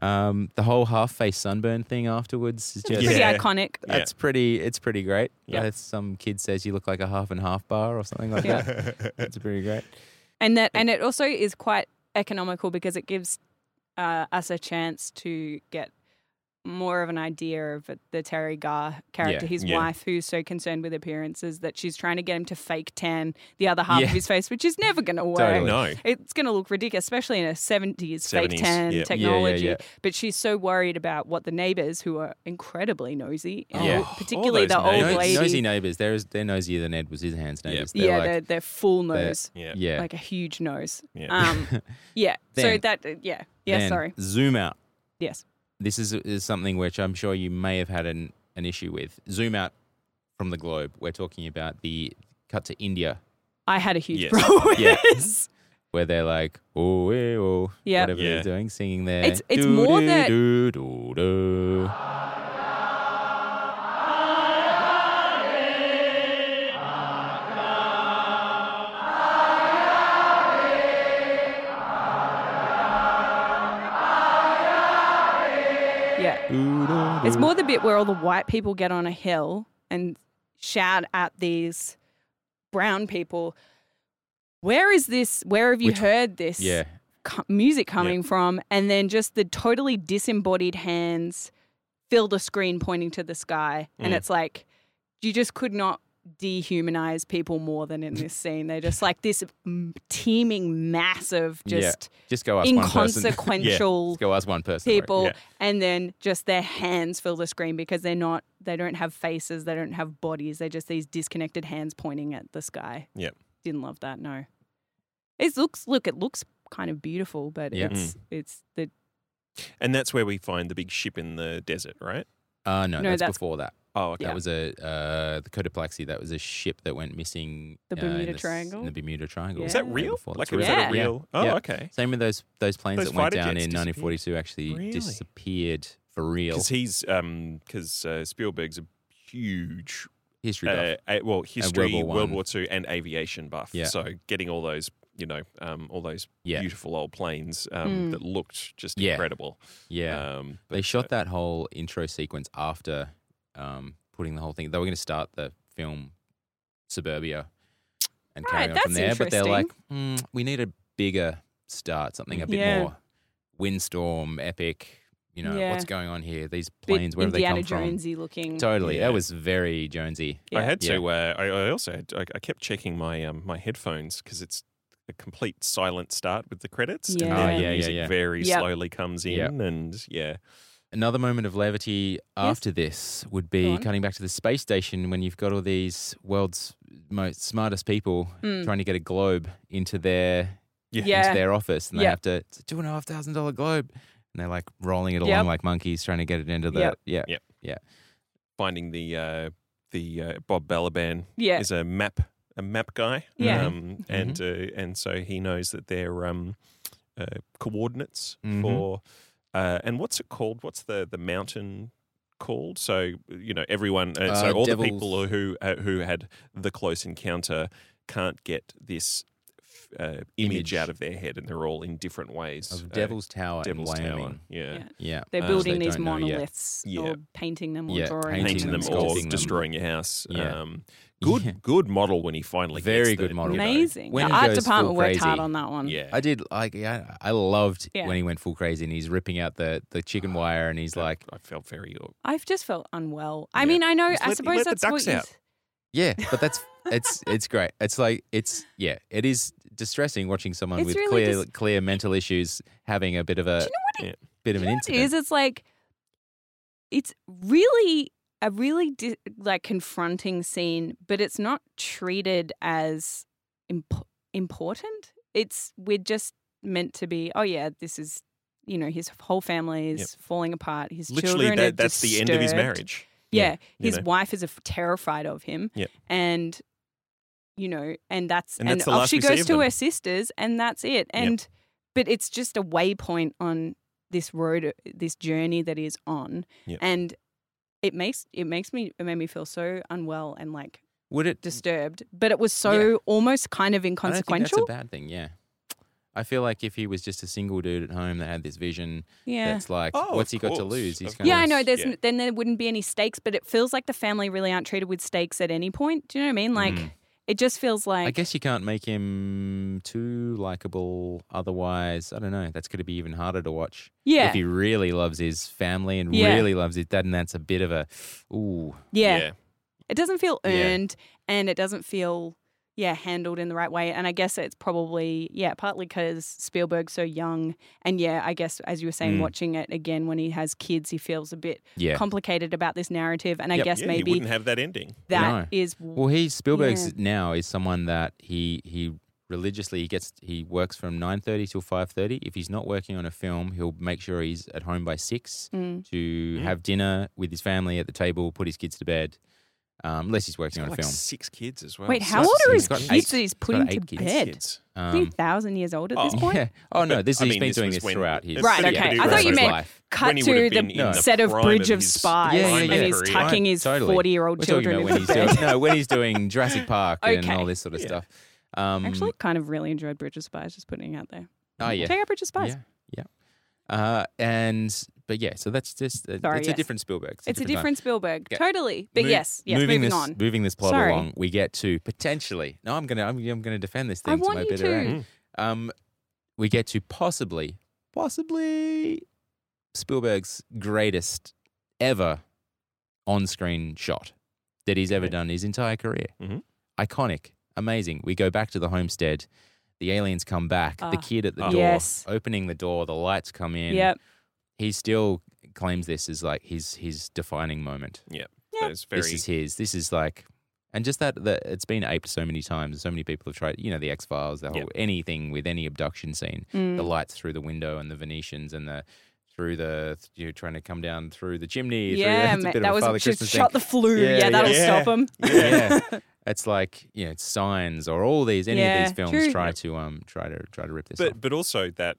S3: Um, the whole half face sunburn thing afterwards is just
S4: Pretty
S2: Yeah.
S4: iconic.
S2: Yeah.
S3: that's pretty it's pretty great.
S2: Yeah.
S3: Uh, some kid says you look like a half and half bar or something like
S4: Yeah.
S3: that. That's pretty great.
S4: and that and it also is quite economical because it gives uh, us a chance to get more of an idea of the Terry Gar character,
S3: Yeah,
S4: his
S2: yeah.
S4: wife, who's so concerned with appearances that she's trying to get him to fake tan the other half
S3: Yeah.
S4: of his face, which is never going to work.
S3: Totally.
S2: No,
S4: It's going to look ridiculous, especially in a 70s, fake
S2: 70s,
S4: tan
S2: yeah. Yeah, yeah,
S4: technology.
S3: yeah.
S4: But she's so worried about what the neighbors, who are incredibly nosy, and
S3: Yeah.
S4: all- particularly
S2: those
S4: the old
S2: neighbours.
S4: lady.
S3: Nosy neighbours. They're as they're nosier than Ed was his hands
S2: Yeah.
S3: neighbours.
S4: yeah,
S3: They're
S4: they're,
S3: like,
S4: they're full
S3: they're-
S4: nose,
S2: yeah,
S3: yeah.
S4: like a huge nose.
S2: yeah.
S4: Um, yeah. so
S3: Then-
S4: that, uh, yeah. Yeah,
S3: Then
S4: sorry.
S3: Zoom out.
S4: Yes.
S3: This is, is something which I'm sure you may have had an, an issue with. Zoom out from the globe. We're talking about the cut to India
S4: I had a huge
S2: Yes.
S4: problem with
S3: Yeah.
S4: this.
S3: where they're like, oh, eh, oh,
S4: Yeah.
S3: whatever
S2: Yeah.
S3: they're doing, singing there.
S4: It's- it's more that-
S3: do, do, do.
S4: Yeah. It's more the bit where all the white people get on a hill and shout at these brown people, where is this? Where have you
S3: Which-
S4: heard this
S3: Yeah.
S4: co- music coming from? And then just the totally disembodied hands fill the screen pointing to the sky. And
S2: Mm.
S4: it's like, you just could not dehumanize people more than in this scene. They're just like this mm, teeming mass of
S3: Yeah.
S4: just
S3: Just go ask one person.
S4: inconsequential
S3: Just go ask one person. sorry.
S4: people
S2: Yeah.
S4: and then just their hands fill the screen because they're not they don't have faces they don't have bodies they're just these disconnected hands pointing at the sky
S2: Yep.
S4: didn't love that no it looks look it looks kind of beautiful but
S3: Yeah.
S2: Mm.
S4: it's it's the
S2: And that's where we find the big ship in the desert, right?
S3: Uh, no,
S4: No,
S3: that's,
S4: that's-
S3: before that.
S2: Oh, okay.
S3: That was a uh, the Cotopaxi. That was a ship that went missing.
S4: The
S3: uh,
S4: Bermuda
S3: in s-
S4: Triangle?
S3: In the Bermuda Triangle.
S2: Is
S4: Yeah.
S2: that real?
S3: Before
S2: Like,
S3: that's
S2: was
S4: real.
S2: that a
S3: Yeah.
S2: real? Oh,
S3: Yeah.
S2: okay.
S3: Same with those those planes
S2: Those
S3: that went
S2: fighter
S3: down in
S2: jets disappeared.
S3: 1942 actually
S2: Really?
S3: disappeared for real.
S2: Because he's um, because uh, Spielberg's a huge
S3: History buff.
S2: uh, a- well history,
S3: War
S2: World War,
S3: One.
S2: Two, and aviation buff.
S3: Yeah.
S2: So getting all those, you know, um, all those
S3: Yeah.
S2: beautiful old planes um,
S4: Mm.
S2: that looked just
S3: Yeah.
S2: incredible.
S3: yeah.
S2: Um,
S3: they shot that whole intro sequence after um, putting the whole thing. They were going to start the film Suburbia and
S4: Right,
S3: carry on from there,
S4: that's
S3: but they're like, mm, we need a bigger start, something a bit
S4: Yeah.
S3: more windstorm epic. You know
S4: Yeah.
S3: what's going on here? These
S4: bit
S3: planes, where have they
S4: Indiana
S3: come from?
S4: Jonesy looking
S3: Totally,
S2: Yeah.
S3: that was very Jonesy.
S2: I
S4: Yeah.
S2: had
S3: Yeah.
S2: to. Uh, I, I also had, I, I kept checking my um, my headphones because it's a complete silent start with the credits,
S4: Yeah.
S2: and then
S4: Ah,
S2: the
S3: Oh, yeah, yeah,
S2: music
S3: yeah.
S2: very
S4: Yep.
S2: slowly comes in,
S3: Yeah.
S2: and yeah,
S3: Another moment of levity after this would
S4: Go
S3: be
S4: on.
S3: cutting back to the space station when you've got all these world's most smartest people
S4: Mm.
S3: trying to get a globe into their
S2: yeah,
S4: Yeah.
S3: into their office and they
S4: Yeah.
S3: have to it's a two and a half thousand dollar globe and they're like rolling it along
S4: Yep.
S3: like monkeys trying to get it into the
S4: Yep.
S3: yeah
S2: Finding the uh, the uh, Bob Balaban
S4: yeah
S2: is a map a map guy.
S4: Yeah.
S2: Um,
S3: Mm-hmm.
S2: and uh, and so he knows that they're um, uh, coordinates
S3: Mhm.
S2: for uh, and what's it called? What's the the mountain called? So you know everyone. Uh, so
S3: Uh,
S2: all
S3: Devil's-
S2: the people who uh, who had the close encounter can't get this. Uh, image,
S3: Image.
S2: out of their head, and they're all in different ways.
S3: of
S2: Uh,
S3: Devil's Tower
S2: Devil's
S3: in Wyoming
S2: Tower, yeah,
S4: Yeah.
S3: yeah
S4: they're
S2: uh,
S4: building
S3: they
S4: these
S3: don't know yet.
S4: monoliths
S2: Yeah.
S4: or painting them or
S3: Yeah,
S4: drawing
S3: painting
S2: painting them
S3: them,
S2: or
S3: sculpting them.
S2: destroying your house.
S3: Yeah.
S2: Um, good,
S3: Yeah. good
S2: good model when he finally gets
S3: Very
S2: the-
S3: good model.
S2: you know,
S4: amazing
S3: When
S4: the
S3: it
S4: art
S3: goes full
S4: department worked hard
S3: crazy.
S4: on that one
S2: Yeah,
S3: I did like yeah I loved
S4: Yeah. Oh.
S3: when he went full crazy and he's ripping out the the chicken wire and he's like
S2: I felt very
S4: I've just felt unwell I
S2: Yeah.
S4: mean I know
S2: Just
S4: I
S2: let-
S4: suppose
S2: let the
S4: that's
S2: ducks
S4: what you
S2: out.
S3: yeah but that's it's it's great it's like it's yeah it is distressing watching someone
S4: It's
S3: with
S4: really
S3: clear
S4: dis-
S3: clear mental issues having a bit of a
S2: what it-
S3: bit of an
S4: It
S3: incident
S4: is. It's like it's really a really di- like confronting scene, but it's not treated as imp- important. It's we're just meant to be. Oh yeah, this is you know his whole family is falling apart. His
S2: Literally,
S4: children
S2: that,
S4: are
S2: that's the end of his
S4: disturbed.
S2: marriage.
S4: Yeah,
S2: you
S4: his
S2: know.
S4: wife is a f- terrified of him.
S2: Yep.
S4: and you know, and that's
S2: And
S4: and,
S2: that's the
S4: off
S2: last
S4: she
S2: we see
S4: goes
S2: of
S4: to
S2: them.
S4: her sisters, and that's it. And but it's just a waypoint on this road, this journey that he's on,
S2: Yep.
S4: and it makes it makes me it made me feel so unwell and like
S3: Would it
S4: disturbed. But it was so almost kind
S3: Mm. I don't
S4: of
S3: think
S4: inconsequential.
S3: that's a bad thing, yeah. I feel like if he was just a single dude at home that had this vision,
S4: yeah.
S3: that's like,
S2: Oh, of
S3: what's he got to
S2: course,
S3: lose?
S2: of
S3: gonna-
S4: yeah, I know. There's
S2: yeah.
S4: n then there wouldn't be any stakes, but it feels like the family really aren't treated with stakes at any point. Do you know what I mean? Like
S3: Mm.
S4: it just feels like
S3: I guess you can't make him too likable. Otherwise, I don't know. That's going to be even harder to watch.
S4: yeah,
S3: If he really loves his family and
S4: Yeah.
S3: really loves his dad, and that's a bit of a, ooh,
S4: yeah, It doesn't feel
S3: Yeah.
S4: earned and it doesn't feel, yeah, handled in the right way. And I guess it's probably, yeah, partly because Spielberg's so young. And yeah, I guess, as you were saying,
S3: Mm.
S4: watching it again when he has kids, he feels a bit
S3: yeah.
S4: complicated about this narrative. And I
S3: Yep.
S4: guess
S2: Yeah, he
S4: maybe
S2: wouldn't have that ending.
S3: No.
S4: that is
S3: Well, he Spielberg's
S4: Mm-hmm. Yeah.
S3: now is someone that he he religiously he gets he works from nine thirty till five thirty. If he's not working on a film, he'll make sure he's at home by six
S4: Mm.
S3: to have dinner with his family at the table, put his kids to bed, um, unless he's
S2: He's
S3: working
S2: got
S3: on a
S2: like
S3: film.
S2: six kids as well.
S4: Wait, how
S2: Six
S4: old are
S3: he's
S4: his
S3: got
S4: kids
S3: eight-
S4: that he's
S3: he's got
S4: putting to
S3: eight kids.
S4: bed?
S2: kids?
S3: Um,
S4: 3,000 years old at this
S2: Oh.
S4: point?
S3: yeah. Oh no,
S2: But,
S3: this
S2: I
S3: he's
S2: mean,
S3: been
S2: this
S3: doing
S2: was
S3: this
S2: when-
S3: throughout his
S4: Right,
S2: Yeah,
S4: okay.
S2: he
S4: I
S2: was
S4: thought you
S2: like-
S4: meant
S3: life.
S4: cut
S2: When he would
S4: to
S2: have been
S4: the
S2: in the
S4: set of
S2: prime
S4: Bridge
S2: of
S4: of,
S2: his-
S4: Spies
S3: Yeah, yeah,
S4: and
S3: yeah.
S4: he's
S2: Right.
S4: tucking his
S3: Totally.
S4: 40 year old
S3: We're talking
S4: children
S3: about
S4: in
S3: when
S4: the
S3: he's
S4: bed.
S3: doing no when he's doing Jurassic Park and
S4: Okay.
S3: all this sort of
S2: Yeah.
S3: stuff. Um,
S4: Actually, kind of really enjoyed Bridge of Spies, just putting it out there.
S3: oh yeah,
S4: Check out Bridge of Spies.
S3: Yeah, yeah. Uh, and but yeah, so that's just uh,
S4: Sorry,
S3: it's a
S4: yes.
S3: different Spielberg.
S4: It's a
S3: one.
S4: different Spielberg,
S3: Okay.
S4: totally. But
S3: Mo-
S4: yes, yes,
S3: moving
S4: moving,
S3: this,
S4: on.
S3: moving this plot
S4: Sorry.
S3: along, we get to potentially. No, I'm gonna I'm, I'm gonna defend this thing
S4: I
S3: to
S4: want
S3: my
S4: you
S3: bitter
S4: to.
S3: end. Um, we get to possibly, possibly Spielberg's greatest ever on-screen shot that he's ever
S2: Yeah.
S3: done his entire career.
S2: Mhm.
S3: Iconic, amazing. We go back to the homestead. The aliens come back. the
S4: Ah.
S3: kid at the
S2: Ah.
S3: door,
S4: Yes.
S3: opening the door. The lights come in.
S4: Yep.
S3: He still claims this as like his his defining moment
S4: Yeah.
S2: It's very
S3: this is his. This is like, and just that that it's been aped so many times. So many people have tried. You know, the X Files, the whole
S2: Yeah.
S3: anything with any abduction scene,
S4: Mm.
S3: the lights through the window and the Venetians and the through the you know, trying to come down through the chimney. through,
S4: Yeah,
S3: it's a
S4: ma-
S3: bit of
S4: that
S3: a
S4: was
S3: Father
S4: just
S3: Christmas
S4: shut
S3: thing.
S4: the flu.
S3: Yeah,
S4: Yeah, that'll
S2: yeah.
S4: stop him.
S3: yeah. It's like you know, it's signs or all these any of
S4: Yeah,
S3: these films
S4: true.
S3: try to um try to try to rip this off.
S2: but but also that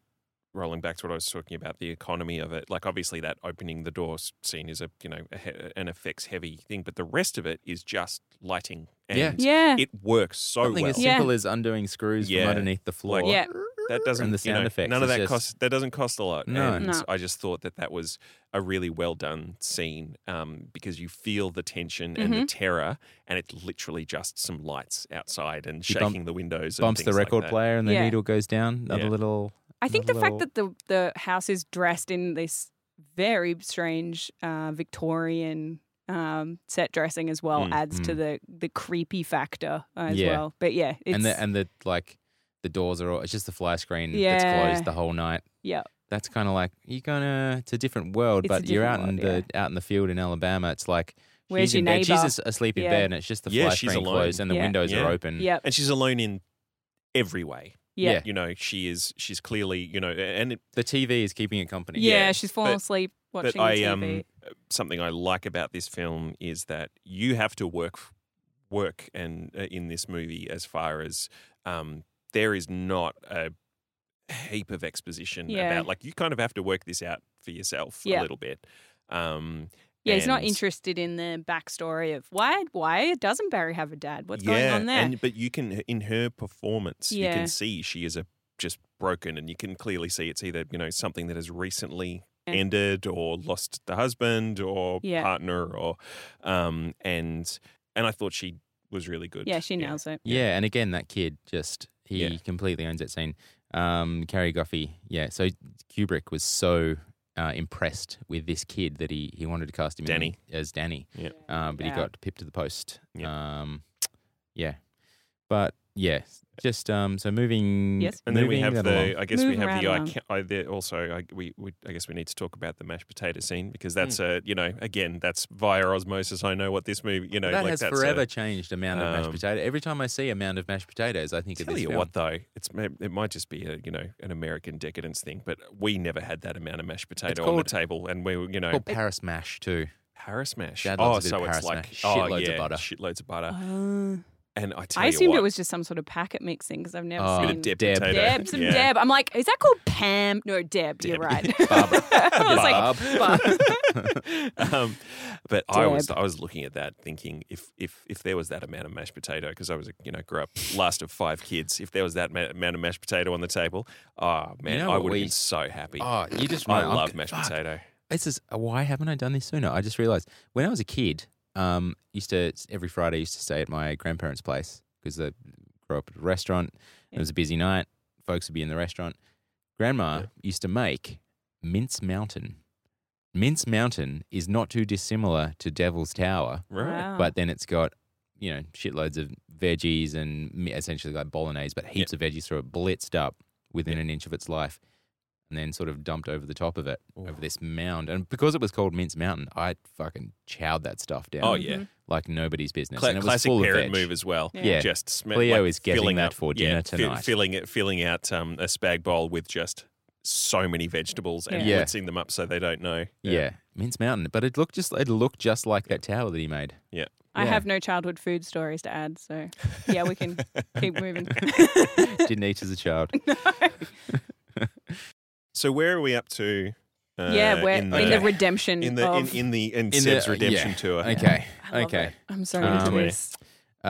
S2: rolling back to what I was talking about the economy of it like obviously that opening the door s- scene is a you know a he- an effects heavy thing but the rest of it is just lighting and
S3: Yeah.
S4: Yeah.
S2: it works so
S3: Something
S2: well
S3: as
S4: Yeah.
S3: simple as undoing screws
S2: Yeah.
S3: from underneath the floor.
S2: Like,
S4: yeah.
S2: that doesn't
S3: the
S2: you know,
S3: sound effects,
S2: none of
S3: it's
S2: that
S3: just-
S2: costs that doesn't cost a lot
S3: No.
S2: and
S4: No.
S2: I just thought that that was a really well done scene um, because you feel the tension and the terror and it's literally just some lights outside and
S3: He
S2: shaking
S3: bump-
S2: the windows and
S3: Bumps the
S2: things like
S3: record
S2: that.
S3: player and the
S4: Yeah.
S3: needle goes down. Another
S2: Yeah.
S3: little.
S4: I think the
S3: another
S4: fact
S3: little-
S4: that the, the house is dressed in this very strange uh, Victorian um, set dressing as well
S2: Mm,
S4: adds to
S3: mm.
S4: the, the creepy factor as
S3: Yeah.
S4: well. But yeah, it's.
S3: and the and the like the doors are all, it's just the fly screen that's
S4: Yeah.
S3: closed the whole night.
S4: yeah.
S3: That's kind of like you're gonna it's a different world,
S4: It's a
S3: but you're out
S4: different
S3: in
S4: world,
S3: the out in the field in Alabama. It's like
S4: Where's
S3: she's
S4: your
S3: in bed, she's
S4: neighbor?
S3: as- asleep in
S4: Yeah.
S3: bed, and it's just the
S2: Yeah,
S3: fly
S2: she's
S3: screen
S2: alone.
S3: closed and the
S4: Yeah.
S3: windows
S2: Yeah.
S3: are open.
S4: Yep.
S2: and she's alone in every way
S4: Yeah.
S3: Yeah.
S2: you know she is she's clearly you know and it,
S3: The TV is keeping it company.
S4: Yeah,
S2: Yeah,
S4: she's fallen
S2: but-
S4: asleep watching
S2: but
S4: the
S2: i
S4: TV.
S2: um something i like about this film is that you have to work work and uh, in this movie as far as um there is not a heap of exposition
S4: Yeah.
S2: about like you kind of have to work this out for yourself a
S4: Yeah.
S2: little bit um
S4: yeah, he's not
S2: and-
S4: interested in the backstory of why why doesn't Barry have a dad? What's going
S2: yeah,
S4: on there?
S2: And, but you can, in her performance, you
S4: Yeah.
S2: can see she is a just broken, and you can clearly see it's either you know something that has recently
S4: Yeah.
S2: ended, or lost the husband, or
S4: Eh. Yeah.
S2: partner, or um, and and I thought she was really good.
S4: yeah, she nails it.
S3: Yeah, and again, that kid just he
S2: Yeah.
S3: completely owns that scene. Um, Cary Goffey, yeah. So Kubrick was so uh, impressed with this kid that he he wanted to cast him in
S2: Danny.
S3: as Danny.
S2: Yeah.
S3: Um, but he
S4: Yeah.
S3: got pipped to the post.
S2: Yeah.
S3: Um, yeah. Um, But yeah, just um, so moving.
S4: Yes.
S2: And then we
S3: moving
S2: have
S3: that
S2: the.
S3: along.
S2: I guess we
S4: Move
S2: have the.
S4: around.
S2: Ica- I, there also, I, we, we. I guess we need to talk about the mashed potato scene
S3: Hmm.
S2: because that's a. You know, again, that's via osmosis. I know what this movie. You know,
S3: that
S2: like
S3: has
S2: that's
S3: forever
S2: A,
S3: changed amount of mashed
S2: um,
S3: potato. Every time I see a mound of mashed potatoes, I think of
S2: tell
S3: this
S2: you
S3: film.
S2: what though, it's may- it might just be a you know an American decadence thing, but we never had that amount of mashed potato on the
S3: called-
S2: table, and we were you know
S3: Called Paris mash too.
S2: Paris mash.
S3: Dad
S2: Oh,
S3: loves a bit
S2: so
S3: of
S2: it's
S3: Paris
S2: like
S3: mash.
S2: oh
S3: Shitloads of
S2: yeah,
S3: butter.
S2: shitloads of butter.
S4: Uh,
S2: And I tell
S4: I
S2: you
S4: assumed
S2: what,
S4: it was just some sort of packet mixing because I've never
S3: Oh,
S2: a bit
S4: seen
S2: of dip
S3: Deb.
S2: potato.
S4: Deb, some
S2: Yeah.
S4: Deb. I'm like, is that called Pam? No, Deb. You're right.
S3: Barbara.
S4: I was like, Barb.
S2: um, but I was
S4: Deb.
S2: I was looking at that thinking if if if there was that amount of mashed potato because I was a- you know grew up last of five kids if there was that ma- amount of mashed potato on the table oh man
S3: know
S2: I
S3: what
S2: would have
S3: we-
S2: been so happy
S3: Oh, you just
S2: I
S3: remind- I'm
S2: love
S3: g-
S2: mashed
S3: fuck.
S2: potato
S3: This is why haven't I done this sooner? I just realized when I was a kid, um, used to every Friday I used to stay at my grandparents' place because they grew up at a restaurant.
S4: Yeah.
S3: It was a busy night. Folks would be in the restaurant. Grandma used to make mince mountain. Mince mountain is not too dissimilar to Devil's Tower,
S2: right
S4: Wow.
S3: but then it's got you know shitloads of veggies and mi- essentially like bolognese, but heaps of veggies through it, blitzed up within an inch of its life, and then sort of dumped over the top of it
S2: Ooh.
S3: over this mound. And because it was called Mince Mountain, I fucking chowed that stuff down.
S4: Mm-hmm.
S2: oh yeah
S3: like nobody's business.
S2: Cla-
S3: and it was
S2: classic
S3: full
S2: parent
S3: of veg.
S2: move as well
S4: Yeah. Yeah.
S2: just sm-
S3: Cleo
S2: like
S3: is getting
S2: filling
S3: that
S2: up-
S3: for
S2: yeah,
S3: dinner
S2: fi-
S3: tonight.
S2: filling it filling out um, a spag bowl with just so many vegetables and
S3: Yeah. Yeah.
S2: blitzing them up so they don't know
S3: Yeah. Mince Mountain, but it looked just it looked just like that tower that he made.
S2: yeah
S4: I
S3: Yeah.
S4: have no childhood food stories to add, so yeah, we can keep moving.
S3: Didn't eat as a child.
S2: so where are we up to uh,
S4: yeah, we're in the,
S3: the-
S4: redemption
S2: in the in,
S4: of.
S2: in the in, Seb's
S3: the-
S2: redemption
S3: yeah.
S2: tour.
S3: Okay,
S4: I love
S3: okay.
S4: it. I'm sorry
S3: Um,
S4: into this.
S3: Uh,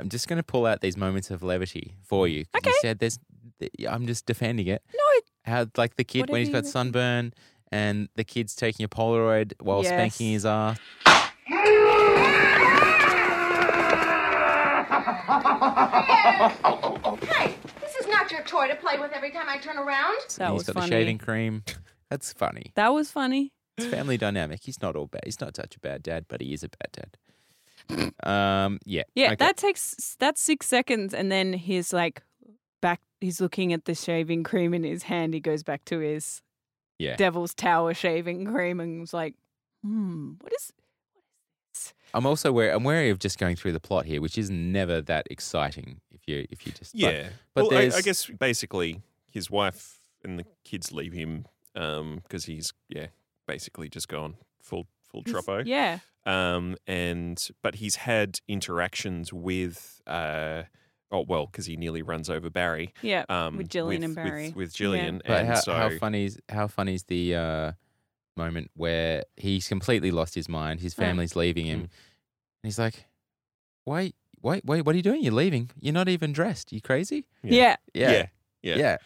S3: I'm just going to pull out these moments of levity for you. 'cause You
S4: Okay.
S3: said there's. th- I'm just defending it.
S4: No,
S3: How like the kid
S4: Whatever
S3: when he's
S4: you
S3: got
S4: reckon.
S3: sunburn and the kid's taking a Polaroid while spanking
S4: Yes.
S3: his ass.
S7: Hey, this is not your toy to play with every time I turn around.
S4: that
S3: and
S4: was
S3: he's got
S4: funny.
S3: the shaving cream. That's funny.
S4: That was funny.
S3: It's family dynamic. He's not all bad. He's not such a bad dad, but he is a bad dad. Um, yeah.
S4: Yeah,
S3: okay.
S4: that takes that's six seconds, and then he's like back. He's looking at the shaving cream in his hand. He goes back to his
S3: Yeah.
S4: Devil's Tower shaving cream and was like, "Hmm, what is?"
S3: I'm also wary. I'm wary of just going through the plot here, which is never that exciting. If you if you just but-
S2: Yeah.
S3: but
S2: well, I, I
S3: there's-
S2: guess basically his wife and the kids leave him because he's yeah basically just gone full full troppo.
S4: Yeah,
S2: Um, and but he's had interactions with uh, oh well because he nearly runs over Barry.
S4: yeah,
S2: Um,
S4: with Jillian and Barry.
S2: With, with
S4: Yeah.
S2: Jillian,
S3: But
S2: and
S3: how,
S2: so
S3: how funny is how funny is the uh, moment where he's completely lost his mind. His
S4: Right.
S3: family's leaving him, and he's like, "Why, why, why? What are you doing? You're leaving. You're not even dressed. You crazy?
S2: Yeah.
S4: yeah,
S2: yeah, yeah,
S3: yeah, yeah.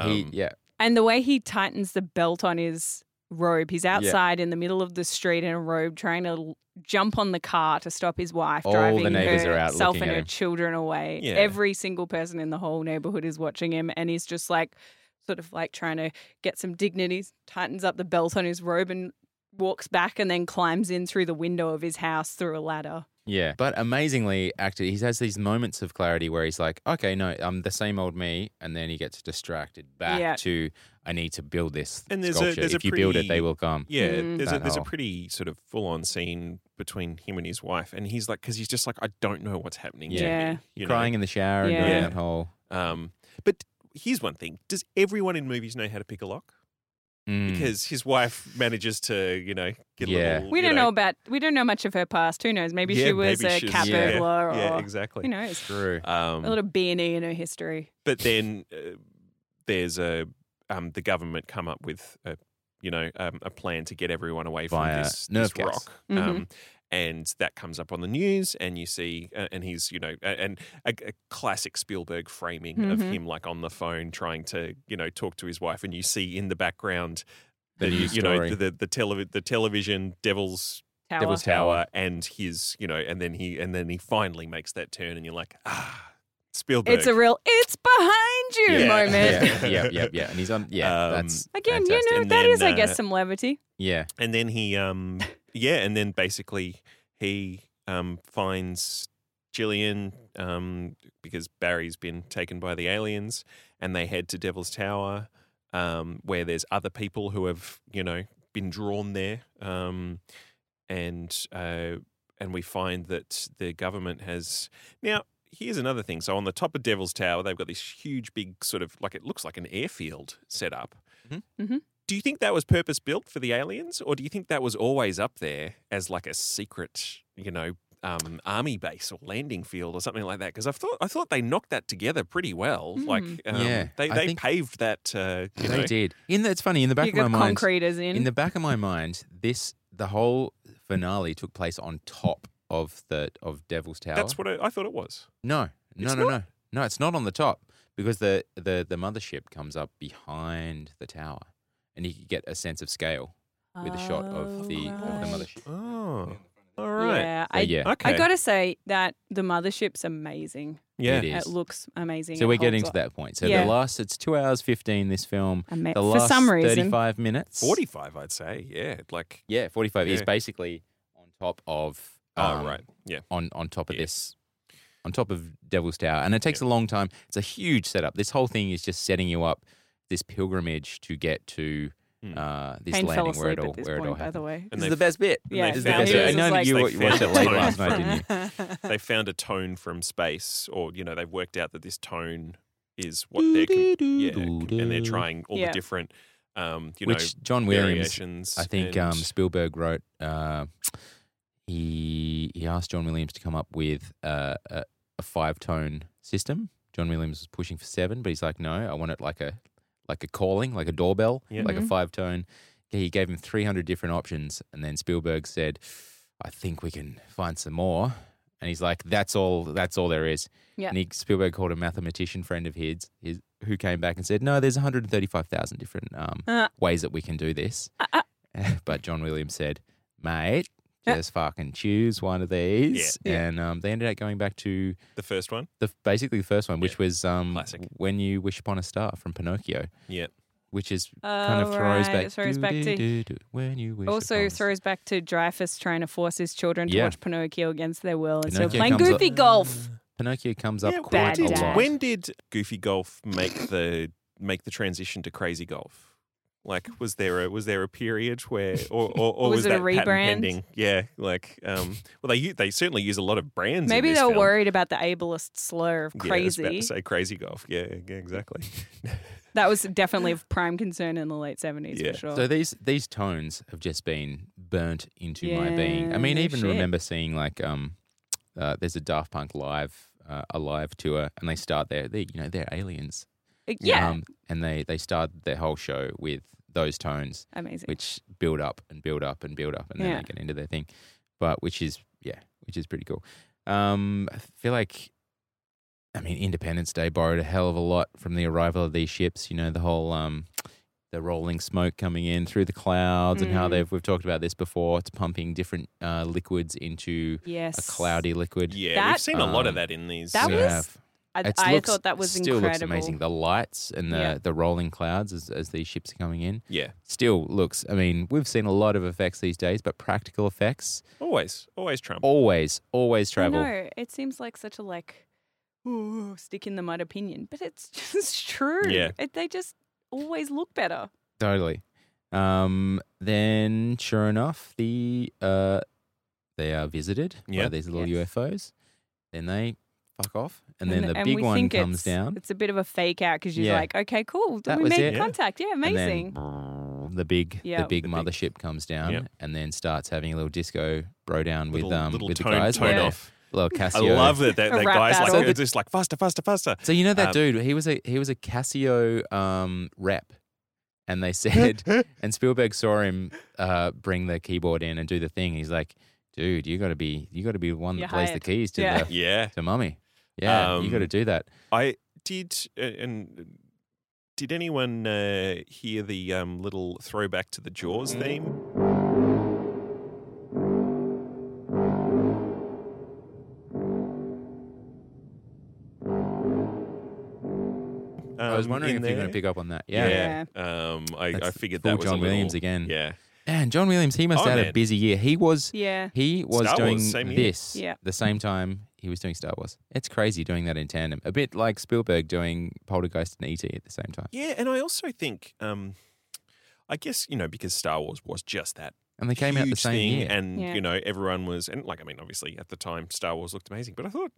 S2: Um,
S3: he, yeah.
S4: And the way he tightens the belt on his robe, he's outside in the middle of the street in a robe trying to l- jump on the car to stop his wife
S3: All the
S4: driving
S3: neighbours are out
S4: herself
S3: looking
S4: and
S3: at
S4: her
S3: him.
S4: children away.
S2: Yeah.
S4: Every single person in the whole neighborhood is watching him and he's just like sort of like trying to get some dignity, tightens up the belt on his robe and walks back and then climbs in through the window of his house through a ladder.
S3: Yeah. But amazingly acted. He has these moments of clarity where he's like, okay, no, I'm the same old me. And then he gets distracted back
S4: Yeah.
S3: to, I need to build this
S2: And there's a-
S3: sculpture.
S2: there's a
S3: if you build it,
S2: pretty-
S3: they will come.
S2: Yeah,
S4: Mm.
S2: there's a
S3: That
S2: there's a
S3: whole-
S2: pretty sort of full on scene between him and his wife, and he's like, because he's just like, I don't know what's happening. to
S4: Yeah.
S2: me," you know?
S3: Crying in the shower and
S4: Yeah.
S3: doing that whole.
S2: Um, but here's one thing: Does everyone in movies know how to pick a lock?
S3: Mm.
S2: Because his wife manages to, you know, get a
S3: Yeah.
S2: little.
S4: We
S2: you
S4: don't know, about we don't know much of her past. Who knows? Maybe
S2: Yeah,
S4: she was
S2: maybe
S4: a
S2: she
S4: cat
S2: yeah,
S4: burglar or
S2: Yeah, exactly.
S4: who knows?
S3: True.
S2: Um,
S4: A little B and E in her history.
S2: but then uh, there's a um, the government come up with a you know um, a plan to get everyone away from
S3: Via
S2: this,
S3: nerve
S2: this
S3: gas.
S2: rock.
S4: Mm-hmm.
S2: Um, and that comes up on the news, and you see, uh, and he's, you know, a- and a, a classic Spielberg framing of
S4: Mhm.
S2: him, like on the phone, trying to, you know, talk to his wife, and you see in the background,
S3: The news
S2: you
S3: story.
S2: know, the the, televi- the television, Devil's
S4: Tower.
S3: Devil's
S2: Tower, and his, you know, and then he, and then he finally makes that turn, and you're like, ah, Spielberg.
S4: It's a real it's behind you
S2: Yeah.
S4: moment.
S3: yeah, yeah, yeah, yeah. And he's on. Yeah,
S2: Um,
S3: that's
S4: Again,
S3: fantastic.
S4: you know,
S2: And
S4: that
S2: then,
S4: is, I
S2: uh,
S4: guess, some levity.
S3: Yeah,
S2: and then he um yeah and then basically he um finds Jillian um, because Barry's been taken by the aliens, and they head to Devil's Tower, um, where there's other people who have you know been drawn there, um, and uh, and we find that the government has now. Here's another thing. So on the top of Devil's Tower, they've got this huge, big sort of like it looks like an airfield set up.
S3: Mhm.
S4: Mhm.
S2: Do you think that was purpose built for the aliens, or do you think that was always up there as like a secret, you know, um, army base or landing field or something like that. Because I thought I thought they knocked that together pretty well. Like,
S4: Mm.
S2: um,
S3: Yeah,
S2: they
S3: I
S2: they
S3: think-
S2: paved that. Uh, you
S3: they
S2: know,
S3: did. In the, it's funny in the back
S4: you
S3: of my
S4: got
S3: mind.
S4: concrete as in.
S3: In the back of my mind, this the whole finale took place on top of the of Devil's Tower.
S2: that's what I, I thought it was.
S3: No, no,
S2: It's
S3: no,
S2: not?
S3: no, no. It's not on the top because the the the mothership comes up behind the tower, and you could get a sense of scale with a shot of the of the mothership.
S2: Oh, all right.
S4: Oh, Yeah,
S3: So,
S4: I,
S3: yeah.
S2: Okay.
S4: I gotta say that the mothership's amazing.
S2: yeah.
S3: It is.
S4: It looks amazing.
S3: So
S4: It
S3: we're getting to
S4: holds up.
S3: that point. So
S4: Yeah.
S3: the last it's two hours fifteen. This film,
S4: Ama-
S3: the
S4: for
S3: last
S4: some reason,
S3: thirty-five minutes,
S2: Forty-five, I'd say. Yeah, like.
S3: yeah, forty-five is
S2: Yeah.
S3: basically on top of.
S2: oh
S3: um,
S2: right. Yeah.
S3: on on top of
S2: Yeah.
S3: this on top of Devil's Tower. And it takes a long time. It's a huge setup. This whole thing is just setting you up this pilgrimage to get to
S2: Hmm.
S3: uh, this
S4: Payne fell
S3: landing where
S4: asleep
S3: it all
S4: at this
S3: where it all
S4: point, by the
S3: happened.
S4: way.
S2: And
S3: This
S2: they
S3: is the best bit.
S4: Yeah,
S3: this is the
S2: found
S3: best
S2: it.
S3: bit. I
S2: It
S3: know
S4: was
S3: that you
S2: like-
S3: wa-
S2: They
S3: you watched it
S2: found
S3: late
S2: it.
S3: last night, didn't you?
S2: they found a tone from space, or you know, they've worked out that this tone is what they're com- yeah, com- and they're trying all
S4: Yeah.
S2: the different um, you
S3: Which John
S2: know
S3: Williams,
S2: variations.
S3: I think
S2: and-
S3: um, Spielberg wrote. Uh, he he asked John Williams to come up with uh, a, a five tone system. John Williams was pushing for seven, but he's like, no, I want it like a like a calling, like a doorbell,
S2: Yeah.
S3: like a five tone. He gave him three hundred different options, and then Spielberg said, "I think we can find some more." And he's like, "That's all. That's all there is."
S4: Yeah.
S3: And he, Spielberg called a mathematician friend of his, his who came back and said, "No, there's one hundred thirty-five thousand different um,
S4: Uh.
S3: ways that we can do this." but John Williams said, "Mate,
S4: Yeah.
S3: just fucking choose one of these."
S4: Yeah. Yeah.
S3: And um, they ended up going back to
S2: the first one.
S3: the basically the first one, which was um,
S2: Classic.
S3: "When You Wish Upon a Star" from Pinocchio,
S2: Yeah.
S3: which is kind
S4: Oh,
S3: of throws
S4: right,
S3: back,
S4: it throws back to-
S3: "Do-do-do-do, when you wish upon
S4: Also
S3: a star."
S4: throws back to Dreyfus trying to force his children to
S3: Yeah.
S4: watch Pinocchio against their will and so
S3: Pinocchio
S4: playing
S3: comes up-
S4: goofy golf.
S3: Pinocchio comes up
S2: Yeah, when
S3: quite a
S4: Bad
S2: did,
S4: dad.
S3: lot.
S2: when did Goofy Golf make the make the transition to Crazy Golf? Like, was there a was there a period where, or or, or
S4: Was
S2: was,
S4: it a
S2: that patent
S4: rebrand?
S2: pending? Yeah, like, um, well, they u- they certainly use a lot of brands. in
S4: Maybe
S2: this
S4: they were
S2: film.
S4: worried about the ableist slur of
S2: Yeah, I was about to
S4: crazy.
S2: say Crazy Golf. Yeah, yeah exactly.
S4: that was definitely of prime concern in the late seventies
S2: Yeah.
S4: for sure.
S3: So these these tones have just been burnt into my
S4: Yeah,
S3: being. I mean,
S4: no
S3: even
S4: shit.
S3: remember seeing like um, uh, there's a Daft Punk live uh, a live tour, and they start their they you know they're aliens.
S4: yeah,
S3: Um, and they they start their whole show with those tones,
S4: amazing.
S3: which build up and build up and build up, and then
S4: Yeah.
S3: they get into their thing. But which is yeah, which is pretty cool. Um, I feel like. I mean, Independence Day borrowed a hell of a lot from the arrival of these ships. You know, the whole um, the rolling smoke coming in through the clouds, and how
S4: Mm.
S3: they've we've talked about this before. It's pumping different uh, liquids into
S4: yes,
S3: a cloudy liquid.
S2: yeah,
S4: That-
S2: we've seen a lot of
S3: Um,
S2: that in these.
S4: That
S3: We
S2: uh,
S4: was-
S3: have-
S4: I,
S3: it's
S4: I
S3: looks-
S4: thought that was
S3: still
S4: incredible.
S3: looks amazing. The lights and the,
S4: Yeah.
S3: the rolling clouds as, as these ships are coming in
S2: yeah,
S3: still looks. I mean, we've seen a lot of effects these days, but practical effects
S2: always always Trump.
S3: always, always travel.
S4: No, it seems like such a like ooh, stick in the mud opinion, but it's just true.
S2: Yeah.
S4: It, they just always look better.
S3: Totally. Um, then, sure enough, the uh, they are visited by
S2: Yeah.
S3: these little
S4: Yes.
S3: UFOs. Then they fuck off, and, then the big one comes
S4: it's,
S3: down.
S4: It's a bit of a fake out because you're
S3: Yeah.
S4: like, okay, cool,
S3: That
S4: we
S3: was
S4: made
S3: it.
S2: Yeah.
S4: contact. Yeah,
S3: and then
S4: amazing.
S3: the big,
S4: Yeah.
S3: the big
S2: The big-
S3: mothership comes down,
S2: Yep.
S3: and then starts having a little disco bro down with
S2: Little-
S3: um
S2: little
S3: with
S2: tone-
S3: the guys.
S2: tone
S3: like a
S2: off.
S3: Little
S2: I
S3: Casio.
S2: love that that,
S4: A
S2: that
S4: rap
S2: guy's like
S4: battle.
S2: it's just like faster, faster, faster.
S3: So you know that
S2: Um,
S3: dude, he was a he was a Casio um, rep, and they said, and Spielberg saw him uh, bring the keyboard in and do the thing. He's like, dude, you got to be you got to be the one
S4: You're
S3: that plays
S4: hired."
S3: the keys to
S4: Yeah.
S3: the
S2: Yeah,
S3: to mummy. Yeah, you
S2: Um,
S3: got to do that.
S2: I did, uh, and did anyone uh, hear the um, little throwback to the Jaws theme?
S3: I was
S2: Um,
S3: wondering
S2: in
S3: if you're going
S2: there?
S3: to pick up on that. Yeah.
S2: Um, I, I
S3: That's
S2: figured
S3: full
S2: that was
S3: John
S2: a little,
S3: Williams again.
S2: Yeah,
S3: Man, John Williams, he
S2: Oh,
S3: must have had a
S2: man.
S3: busy year. He was
S4: Yeah.
S3: he was
S2: Star Wars,
S3: doing
S2: same year.
S3: this
S4: Yeah.
S3: the same time he was doing Star Wars. It's crazy doing that in tandem. A bit like Spielberg doing Poltergeist and ET at the same time.
S2: Yeah, and I also think, um, I guess you know, because Star Wars was just that
S3: And they came out the
S2: huge
S3: same
S2: thing,
S3: year.
S2: and
S4: Yeah.
S2: you know, everyone was and like I mean, obviously at the time, Star Wars looked amazing, but I thought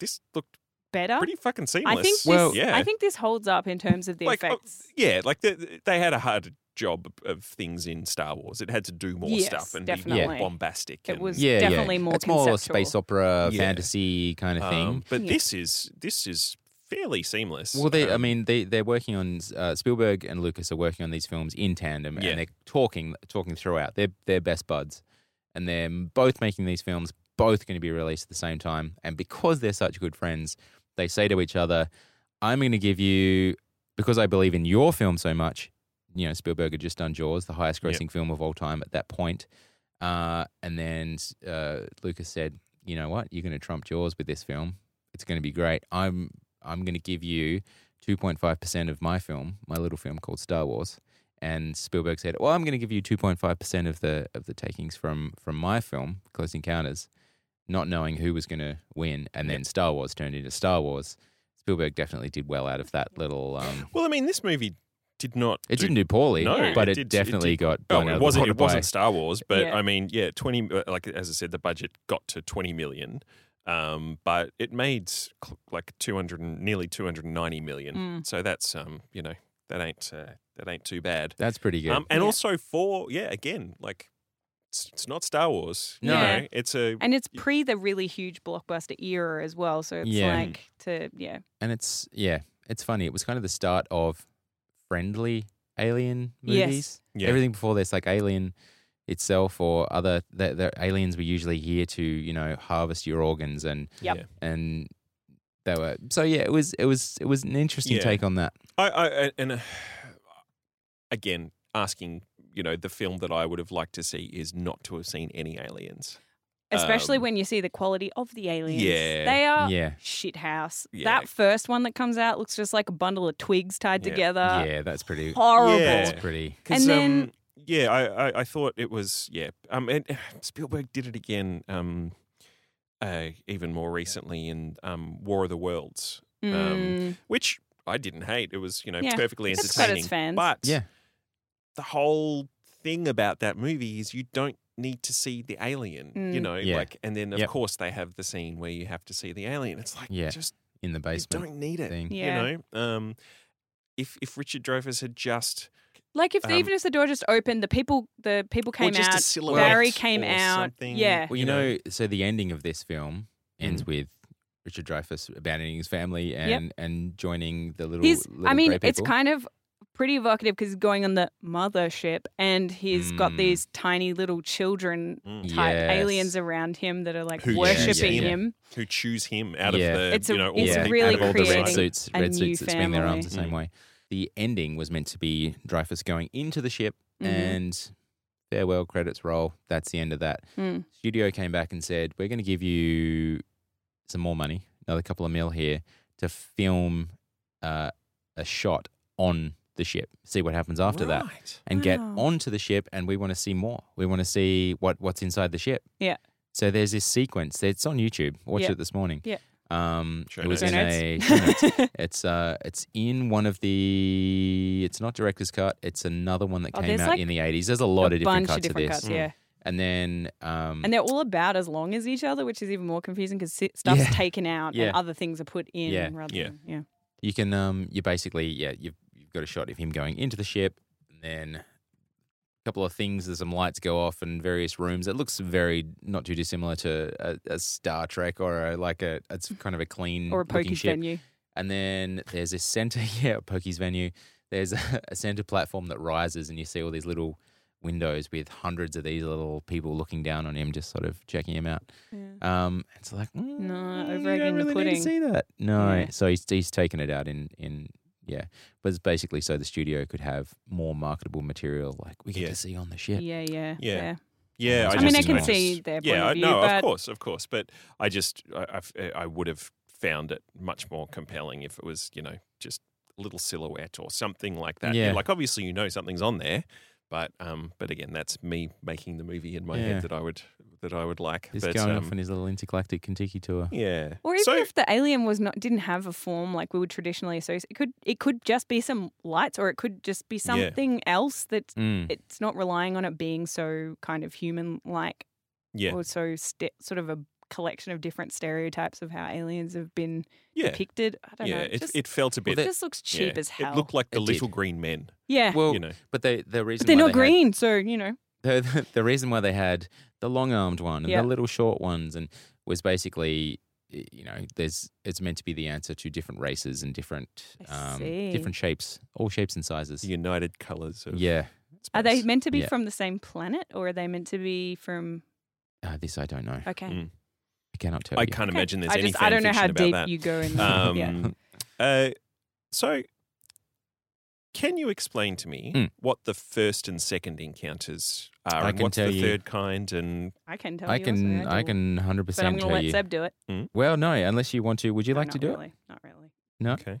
S2: this looked
S4: Better.
S2: pretty fucking seamless.
S4: Oh, I think this,
S3: Well-
S2: yeah,
S4: I think this holds up in terms of the
S2: like uh,
S4: effects.
S2: yeah, like the, they had a hard job of things in Star Wars. It had to do more
S4: Yes,
S2: stuff and be more
S4: definitely.
S2: bombastic.
S4: It
S2: and,
S4: was-
S3: yeah,
S4: definitely
S3: yeah.
S4: more
S3: It's more
S4: conceptual.
S3: space opera,
S2: Yeah.
S3: fantasy kind of thing.
S2: um, but
S4: Yeah.
S2: this is this is fairly seamless.
S3: Well, they, I
S2: Um,
S3: mean, they they're working on uh, Spielberg and Lucas are working on these films in tandem,
S2: Yeah.
S3: and they're talking talking throughout. They're they're best buds, and they're both making these films, both going to be released at the same time. And because they're such good friends, they say to each other, "I'm going to give you because I believe in your film so much." You know, Spielberg had just done Jaws, the highest
S2: Yep.
S3: grossing film of all time at that point, uh, and then uh, Lucas said, "You know what? You're going to trump Jaws with this film. It's going to be great. I'm I'm going to give you 2.5 percent of my film, my little film called Star Wars." And Spielberg said, "Well, I'm going to give you 2.5 percent of the of the takings from from my film, Close Encounters." Not knowing who was going to win, and then Star Wars turned into Star Wars. Spielberg definitely did well out of that little. Um,
S2: well, I mean, this movie did not.
S3: it
S2: do
S3: didn't do poorly,
S2: No,
S3: but
S2: it
S3: it,
S2: did- it
S3: definitely
S2: did-
S3: got
S2: Oh,
S3: blown out
S2: it
S3: of
S2: wasn't.
S3: the
S2: It
S3: water by-
S2: wasn't Star Wars, but
S4: Yeah.
S2: I mean, yeah, twenty. uh, Like as I said, the budget got to twenty million, um, but it made cl- like two hundred, nearly two hundred ninety million.
S4: Mm.
S2: So that's um, you know, that ain't uh, that ain't too bad.
S3: That's pretty good.
S2: Um, and
S4: Yeah.
S2: also for yeah, again, like it's, it's not Star Wars. you
S3: No.
S2: know, it's a
S4: And it's pre the really huge blockbuster era as well. So it's
S3: Yeah.
S4: like to yeah.
S3: and it's yeah, it's funny. It was kind of the start of friendly alien
S4: Yes.
S3: movies.
S2: Yeah.
S3: Everything before this, like Alien itself or other, the, the aliens were usually here to you know harvest your organs and
S4: Yep.
S2: Yeah.
S3: and they were so yeah. It was it was it was an interesting
S2: Yeah.
S3: take on that.
S2: I, I I- and uh, again asking. You know, the film that I would have liked to see is not to have seen any aliens.
S4: Especially
S2: Um,
S4: when you see the quality of the aliens.
S2: yeah.
S4: They are
S3: yeah,
S4: shit house.
S2: Yeah.
S4: That first one that comes out looks just like a bundle of twigs tied
S2: Yeah.
S4: together.
S3: yeah. That's pretty.
S4: uh, Horrible.
S2: Yeah.
S3: That's pretty.
S2: 'Cause,
S4: And then-
S2: um, yeah, I, I, I thought it was yeah. Um, and Spielberg did it again. Um, uh, even more recently in um, War of the Worlds,
S4: Mm.
S2: which I didn't hate. It was you know
S4: Yeah,
S2: perfectly
S4: it's got
S2: entertaining.
S4: its fans.
S2: But
S3: Yeah.
S2: the whole thing about that movie is you don't need to see the alien. You
S4: Mm.
S2: know,
S3: Yeah.
S2: like and then of
S3: Yep.
S2: course they have the scene where you have to see the alien. It's like
S3: Yeah.
S2: just
S3: In the
S2: you
S3: basement.
S2: don't need it.
S3: thing.
S4: Yeah.
S2: You know, um, if if Richard Dreyfuss had just
S4: like if
S2: um,
S4: even if the door just opened, the people the people
S2: Or
S4: came
S2: just a
S4: out.
S2: silhouette
S4: Barry came
S2: or
S4: out.
S2: something.
S4: Yeah.
S3: Well, you know, so the ending of this film ends with Richard Dreyfuss abandoning his family and and joining the little.
S4: He's
S3: little
S4: I mean,
S3: grey
S4: it's
S3: people.
S4: kind of pretty evocative because he's going on the mothership and he's got
S2: Hmm.
S3: Mm.
S4: these tiny little children
S2: Mm.
S4: type
S3: Yes.
S4: aliens around him that are like
S2: Who
S4: worshipping
S3: choose him.
S4: him.
S2: who choose him out
S3: Yeah.
S2: of the
S4: It's a-
S2: you know all
S4: it's
S2: the people
S3: out
S4: really
S3: of all the red
S4: creating
S3: suits,
S4: a
S3: red
S4: new Mm.
S3: suits that swing their arms the
S2: family.
S3: same way. The ending was meant to be Dreyfus going into the ship
S4: Mhm.
S3: and farewell credits roll. That's the end of that.
S4: Mm.
S3: Studio came back and said, "We're going to give you some more money, another couple of mil here to film uh, a shot on the ship. See what happens after that."
S2: Right.
S3: and get
S4: Wow.
S3: onto the ship and we want to see more. We want to see what, what's inside the ship.
S4: Yeah.
S3: So there's this sequence. It's on YouTube. Watch
S4: Yeah.
S3: it this morning.
S4: Yeah.
S3: Um,
S2: Show
S3: it was
S2: notes.
S3: in
S4: Show notes.
S3: a. show notes. it's uh, it's in one of the. It's not director's cut. It's another one that
S4: Oh,
S3: came
S4: there's
S3: out
S4: like
S3: in the eighties. There's a lot
S4: a
S3: of different
S4: bunch
S3: cuts
S4: of different
S3: of this. Mm.
S4: cuts, yeah.
S3: And then um,
S4: And they're all about as long as each other, which is even more confusing because stuff's
S3: Yeah.
S4: taken out
S3: Yeah.
S4: and other things are put in.
S3: Yeah.
S4: Rather
S2: Yeah.
S4: Than, yeah.
S3: you can um you basically yeah you've you've got a shot of him going into the ship and then a couple of things there's some lights go off in various rooms it looks very not too dissimilar to a, a star trek or a, like a it's kind of a clean
S4: Or a
S3: Mm, looking
S4: pokies
S3: ship.
S4: venue.
S3: and then there's this center yeah pokey's venue there's a, a center platform that rises and you see all these little windows with hundreds of these little people looking down on him just sort of checking him out um, it's like mm,
S4: No,
S3: you
S4: over
S3: don't
S4: egging the
S3: really need to
S4: pudding.
S3: see that. No,
S4: Yeah.
S3: so he's he's taken it out in in yeah, but it's basically so the studio could have more marketable material like we get
S2: Yeah.
S3: to see on the
S4: Yeah.
S3: ship.
S4: Yeah. Yeah.
S2: Yeah.
S4: fair.
S2: Yeah,
S3: I
S4: I,
S2: I,
S4: mean,
S2: just-
S4: I can
S3: noticed.
S4: see their point
S2: yeah, I-
S4: of view,
S2: no,
S4: but
S2: of course, of course, but I just I, I, I would have found it much more compelling if it was you know just a little silhouette or something like that.
S3: Yeah.
S2: like obviously you know something's on there, but um, but again, that's me making the movie in my
S3: Yeah.
S2: head that I would that I would like.
S3: He's
S2: but,
S3: going
S2: um,
S3: off on his little intergalactic Kentucky tour.
S2: yeah.
S4: Or even
S2: so,
S4: if the alien was not didn't have a form like we would traditionally associate, it could it could just be some lights, or it could just be something else that's
S3: Mm.
S4: it's not relying on it being so kind of human like,
S2: yeah,
S4: or so ste sort of a collection of different stereotypes of how aliens have been
S2: yeah,
S4: depicted. I don't
S2: yeah.
S4: know.
S2: It,
S4: just,
S2: it felt a bit.
S4: it just looks cheap
S2: yeah,
S4: as hell.
S2: It looked like the
S3: It did.
S2: little green men.
S4: yeah,
S3: Well,
S2: you know.
S3: but the the reason
S4: but they're
S3: why
S4: not
S3: they had-
S4: green, so you know.
S3: the, the, the reason why they had the long armed one and
S4: Yeah.
S3: the little short ones and was basically y- you know there's it's meant to be the answer to different races and different
S4: I
S3: um,
S4: see.
S3: different shapes all shapes and sizes
S2: The united colours of
S3: yeah
S4: Are they
S2: space.
S4: meant to be
S3: Yeah.
S4: from the same planet, or are they meant to be from?
S3: uh, this i don't know i
S4: Okay,
S2: Mm.
S3: cannot tell
S2: I
S3: you
S2: can't
S4: Okay.
S2: imagine there's
S4: I
S2: any
S4: just I
S2: fan
S4: don't know how
S2: fiction about
S4: deep
S2: that.
S4: you go in.
S2: Um,
S4: yeah.
S2: uh, so, can you explain to me
S3: Mm.
S2: what the first and second encounters are,
S3: I
S2: and
S3: can
S2: what's
S3: tell
S2: the
S3: you.
S2: third kind? And
S4: I can tell
S3: i
S4: you. also,
S3: can i
S4: do.
S3: can 100
S4: But I'm
S3: percent
S4: going
S3: tell
S4: to let
S3: you
S4: Seb do it.
S3: well no unless you want to would you like to do
S4: really. Not really.
S3: No.
S2: okay,
S3: it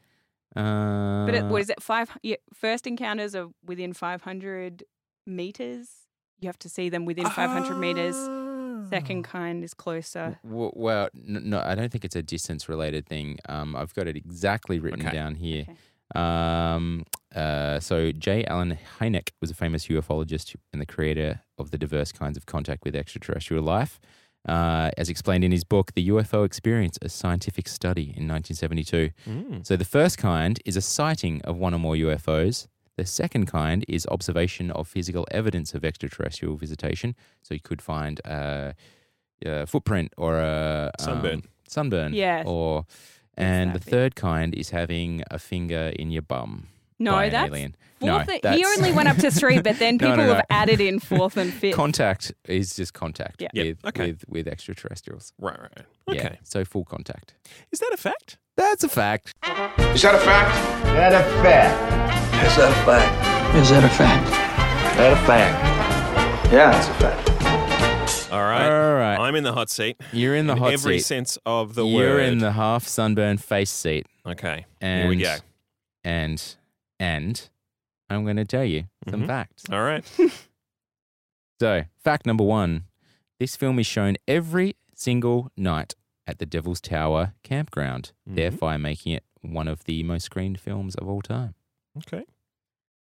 S3: uh,
S4: But it, what is it? Five yeah, first encounters are within 500 meters. You have to see them within 500 meters.
S3: Ah.
S4: Second kind is closer.
S3: Mm. w- well n- no i don't think it's a distance related thing um, i've got it exactly written
S2: Okay.
S3: down here
S4: Okay.
S3: Um, uh, so J. Allen Hynek was a famous ufologist and the creator of the diverse kinds of contact with extraterrestrial life. Uh, as explained in his book, The UFO Experience, a scientific study in 1972.
S2: Mm.
S3: So the first kind is a sighting of one or more UFOs. The second kind is observation of physical evidence of extraterrestrial visitation. So you could find uh, a, a footprint or a um,
S2: Sunburn.
S3: sunburn.
S4: Yes.
S3: Or and
S4: Exactly.
S3: the third kind is having a finger in your bum.
S4: No,
S3: by an
S4: that's
S3: alien.
S4: fourth.
S3: no,
S4: he
S3: that's-
S4: only went up to three, but then
S3: No,
S4: people
S3: no, no.
S4: have added in fourth and fifth.
S3: Contact is just contact
S4: Yeah.
S2: Yeah,
S3: with,
S2: okay.
S3: with with extraterrestrials.
S2: Right, right. right. Okay,
S3: Yeah, so full contact.
S2: is that a fact?
S3: That's a fact.
S8: Is that a fact? That a fact. Is that a fact? Is that a fact? That a fact. Yeah, it's a fact.
S2: All right.
S3: All right.
S2: I'm in the hot seat.
S3: You're in the hot
S2: Every
S3: seat.
S2: sense of the
S3: You're
S2: word.
S3: in the half sunburned face seat.
S2: Okay.
S3: And
S2: Here we go.
S3: And and I'm going to tell you some
S2: Mhm.
S3: facts.
S2: All right.
S3: So, fact number one: this film is shown every single night at the Devil's Tower campground, thereby making it one of the most screened films of all time.
S2: Okay.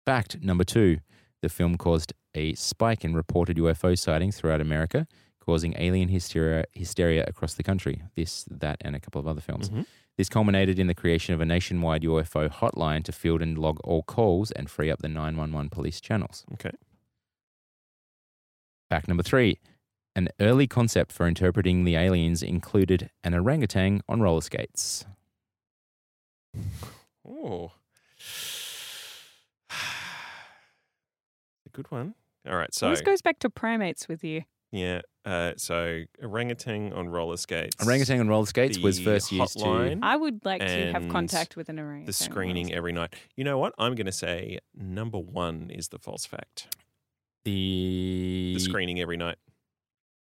S3: Fact number two the film caused a spike in reported UFO sightings throughout America, causing alien hysteria, hysteria across the country. This, that, and a couple of other films. This culminated in the creation of a nationwide UFO hotline to field and log all calls and free up the 911 police channels.
S2: Okay.
S3: Fact number three an early concept for interpreting the aliens included an orangutan on roller skates.
S2: Oh. A good one. All right. So,
S4: this goes back to primates with you.
S2: yeah. Uh, so, orangutan on roller skates.
S3: Orangutan on roller skates was
S2: the
S3: first used
S2: hotline,
S4: I would like to have
S2: And
S4: contact with an orangutan.
S2: the screening every night. You know what? I'm going to say number one is the false fact.
S3: to the,
S2: The screening every night.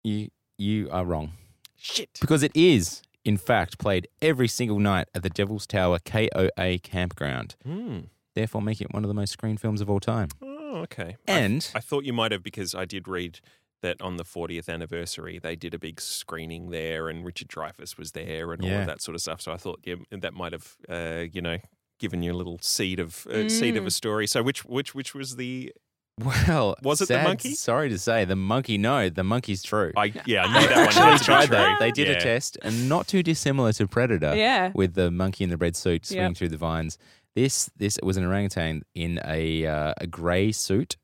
S3: You, you are wrong.
S2: Shit.
S3: Because it is, in fact, played every single night at the Devil's Tower KOA campground,
S2: Hmm.
S3: therefore making it one of the most screened films of all time.
S2: Oh, okay. I-
S3: And
S2: I thought you might have because I did read that on the 40th anniversary they did a big screening there and Richard Dreyfuss was there and all
S3: Yeah.
S2: of that sort of stuff. So I thought yeah, that might have uh, you know given you a little seed of uh, seed of a story. So which which which was the
S3: well,
S2: Was it the
S3: sad-
S2: monkey?
S3: Sorry to say, the monkey. No, the monkey's true.
S2: I yeah I know that one.
S3: Actually
S2: had to be
S3: tried that.
S2: true.
S3: They did
S2: Yeah.
S3: a test, and not too dissimilar to Predator.
S4: Yeah.
S3: with the monkey in the red suit swinging
S4: Yep.
S3: through the vines. This this was an orangutan in a uh, a grey suit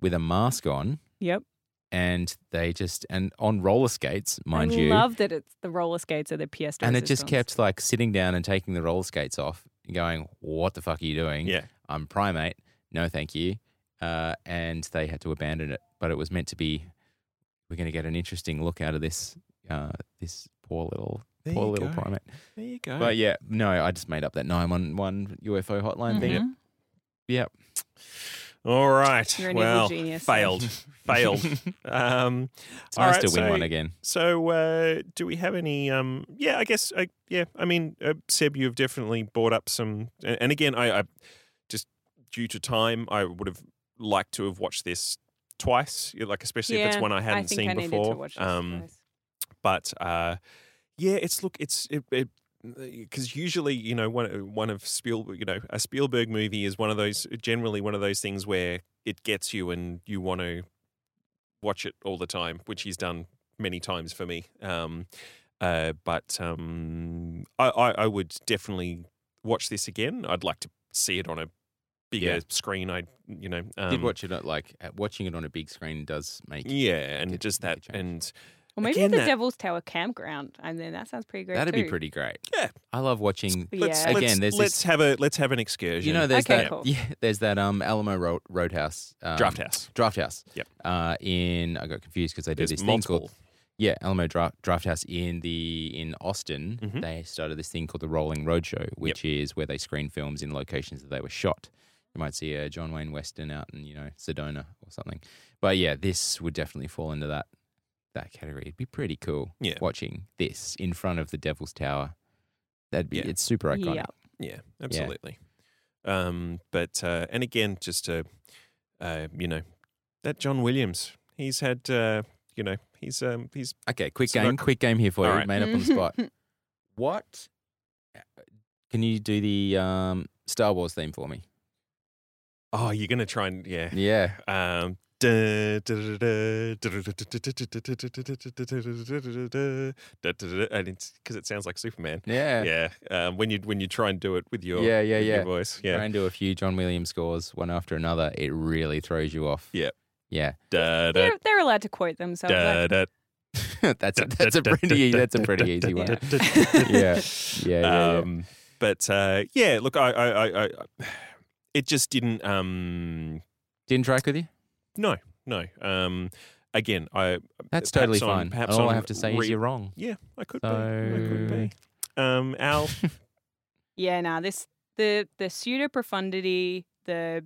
S3: with a mask on,
S4: Yep.
S3: and they just and on roller skates, mind
S4: I
S3: you.
S4: love that it's the roller skates are the PS.
S3: and it just
S4: resistance.
S3: kept like sitting down and taking the roller skates off and going what the fuck are you doing
S2: Yeah.
S3: i'm primate no thank you uh, and they had to abandon it but it was meant to be we're going to get an interesting look out of this uh, this poor little
S2: There
S3: poor
S2: you
S3: little
S2: go.
S3: primate
S2: There you go.
S3: but yeah no i just made up that 911 ufo hotline thing
S4: Mhm.
S3: yeah
S2: all right.
S4: You're an evil
S2: well,
S4: genius, Sam.
S2: failed. failed. Um,
S3: it's
S2: all
S3: nice
S2: right,
S3: to win
S2: so-
S3: one again
S2: So, uh, do we have any? Um, yeah, I guess. Uh, yeah, I mean, uh, Seb, you've definitely brought up some. And, and again, I, I just due to time, I would have liked to have watched this twice, you- like especially if it's one I hadn't
S4: think
S2: seen
S4: I needed
S2: before. Um,
S4: To watch this
S3: Um,
S4: twice.
S2: but uh, yeah, it's look, it's it. it because usually, you know, one one of Spielberg, you know, a Spielberg movie is one of those uh, generally one of those things where it gets you and you want to watch it all the time, which he's done many times for me. Um, uh, but um, I, I, I would definitely watch this again. I'd like to see it on a bigger
S3: Yeah.
S2: screen. I, you know, um,
S3: Did watch it at, like uh, watching it on a big screen does make it-
S2: Yeah, and
S3: Did
S2: just
S3: make
S2: that,
S3: a change.
S2: and
S4: Or maybe
S2: Again,
S4: the
S2: that-
S4: Devil's Tower campground. I mean, that sounds pretty great.
S3: that'd
S4: too.
S3: be pretty great.
S2: Yeah.
S3: I love watching.
S4: Yeah.
S2: let's
S3: Again,
S2: let's,
S3: there's
S2: let's
S3: this-
S2: have a let's have an excursion.
S3: You know, there's
S4: Okay,
S3: that.
S4: cool.
S3: Yeah, there's that. Um, Alamo Road, Roadhouse. Um,
S2: draft house.
S3: Draft House.
S2: Yep.
S3: Uh, in I got confused because they do
S2: There's
S3: this
S2: multiple.
S3: thing called yeah Alamo Dra- Draft House in the in Austin.
S2: Mhm.
S3: They started this thing called the Rolling Roadshow, which is where they screen films in locations that they were shot. You might see a John Wayne Western out in you know Sedona or something. But yeah, this would definitely fall into that that category. It'd be pretty cool.
S2: Yeah.
S3: Watching this in front of the Devil's Tower. That'd be
S2: Yeah.
S3: it's super iconic.
S4: Yeah.
S2: Yeah, absolutely. Um, but uh, and again, just uh, uh, you know, that John Williams, he's had uh, you know, he's um, he's
S3: Okay, quick
S2: So
S3: game,
S2: that-
S3: quick game here for
S2: All
S3: you,
S2: right.
S3: made up on the spot. what uh, can you do the um, Star Wars theme for me?
S2: oh, you're gonna try and yeah,
S3: Yeah,
S2: Um, and it's because it sounds like Superman.
S3: yeah,
S2: Yeah. Um, when you when you try and do it with your
S3: Yeah, yeah,
S2: with your
S3: yeah.
S2: voice.
S3: Try
S2: Yeah.
S3: and do a few John Williams scores one after another. It really throws you off.
S2: Yep.
S3: yeah.
S2: Da, da,
S3: eh?
S4: They're, they're allowed to quote themselves.
S2: da,
S4: like,
S2: da,
S3: that's a, that's a pretty that's a pretty easy one. Yeah, yeah, yeah. yeah.
S2: um, but uh, yeah, look, I, I, I, I, it just didn't. Um,
S3: Didn't track with you?
S2: no, no. Um, again, I perhaps
S3: That's totally
S2: on-
S3: fine.
S2: perhaps
S3: All
S2: on
S3: I have to say
S2: re-
S3: is you're wrong.
S2: yeah, I could be, I could
S3: So-
S2: be. Um, Al,
S4: Yeah, nah, this the the pseudo profundity, the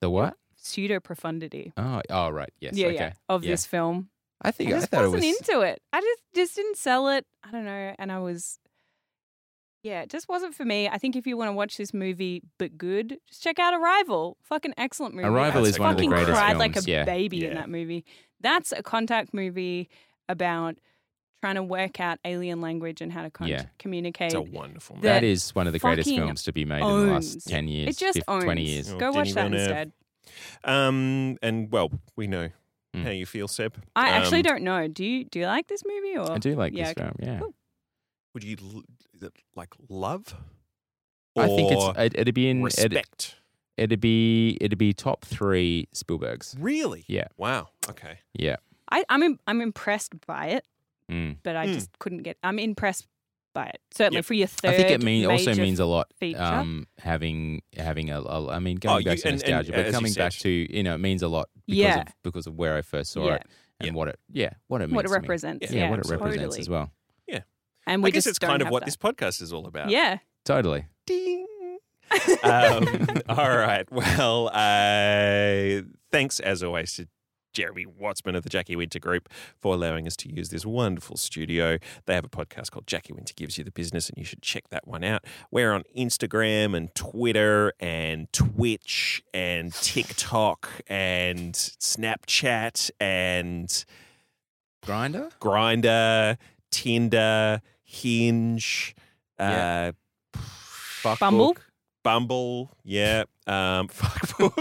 S3: The what?
S4: pseudo profundity.
S3: Oh, oh, right. Yes.
S4: yeah,
S3: okay.
S4: yeah, of
S3: yeah.
S4: this film.
S3: I think
S4: I
S3: I,
S4: just
S3: thought it
S4: wasn't
S3: was.
S4: into it. I just just didn't sell it. I don't know, and I was. Yeah, it just wasn't for me. I think if you want to watch this movie but good, just check out Arrival. Fucking excellent movie.
S3: Arrival
S4: I
S2: is one of the
S4: fucking
S2: greatest
S4: cried like
S3: films,
S4: a
S3: yeah.
S4: baby in
S2: Yeah.
S4: that movie. That's a contact movie about trying to work out alien language and how to con-
S3: Yeah.
S4: communicate.
S2: it's a wonderful
S4: The-
S2: man.
S3: that is one of the greatest
S4: fucking
S3: films to be made in the
S4: owns.
S3: last 10 years,
S4: it just
S3: 15,
S4: owns.
S3: 20 years.
S2: Oh,
S4: Go watch
S2: Denis
S4: that
S2: Villeneuve.
S4: instead.
S2: Um, and well, we know
S3: Mm.
S2: how you feel, Seb.
S4: I actually
S2: Um,
S4: don't know. Do you do you like this movie or
S2: Oh,
S3: I do like
S4: yeah,
S3: this
S4: okay.
S3: film, yeah.
S4: Cool.
S2: Would you l- is it like love?
S3: I think it's
S2: Or
S3: it, it'd be in it,
S2: respect.
S3: it'd be it'd be top 3 Spielbergs.
S2: really?
S3: Yeah.
S2: Wow. Okay.
S3: Yeah.
S4: I, I'm im- I'm impressed by it,
S3: Mm.
S4: but I
S2: Mm.
S4: just couldn't get. I'm impressed by it. Certainly
S2: Yep.
S4: for your third.
S3: I think it mean, also
S4: major-
S3: means a lot
S4: feature.
S3: um having having a, a I mean going
S2: Oh, you-
S3: back to
S2: and- and
S3: nostalgia
S2: as
S3: but
S2: you
S3: coming back
S2: said.
S3: to you know it means a lot because
S4: Yeah.
S3: of because of where I first saw
S4: Yeah.
S3: it and
S2: Yeah.
S3: what it yeah what it means
S4: what it
S3: to me.
S4: represents.
S3: Yeah,
S4: Yeah,
S3: what it
S4: totally.
S3: represents as well.
S4: And we
S2: I guess
S4: just
S2: it's
S4: don't
S2: kind of
S4: have
S2: what
S4: that.
S2: this podcast is all about.
S4: Yeah,
S3: Totally.
S2: Ding. um, all right. Well, uh, thanks as always to Jeremy Wattsman of the Jackie Winter Group for allowing us to use this wonderful studio. They have a podcast called Jackie Winter Gives You the Business, and you should check that one out. We're on Instagram and Twitter and Twitch and TikTok and Snapchat and
S3: Grinder?
S2: Grinder, Tinder, Hinge. Uh,
S3: Yeah.
S4: Bumble.
S2: Bumble, yeah, um, Fuckbook,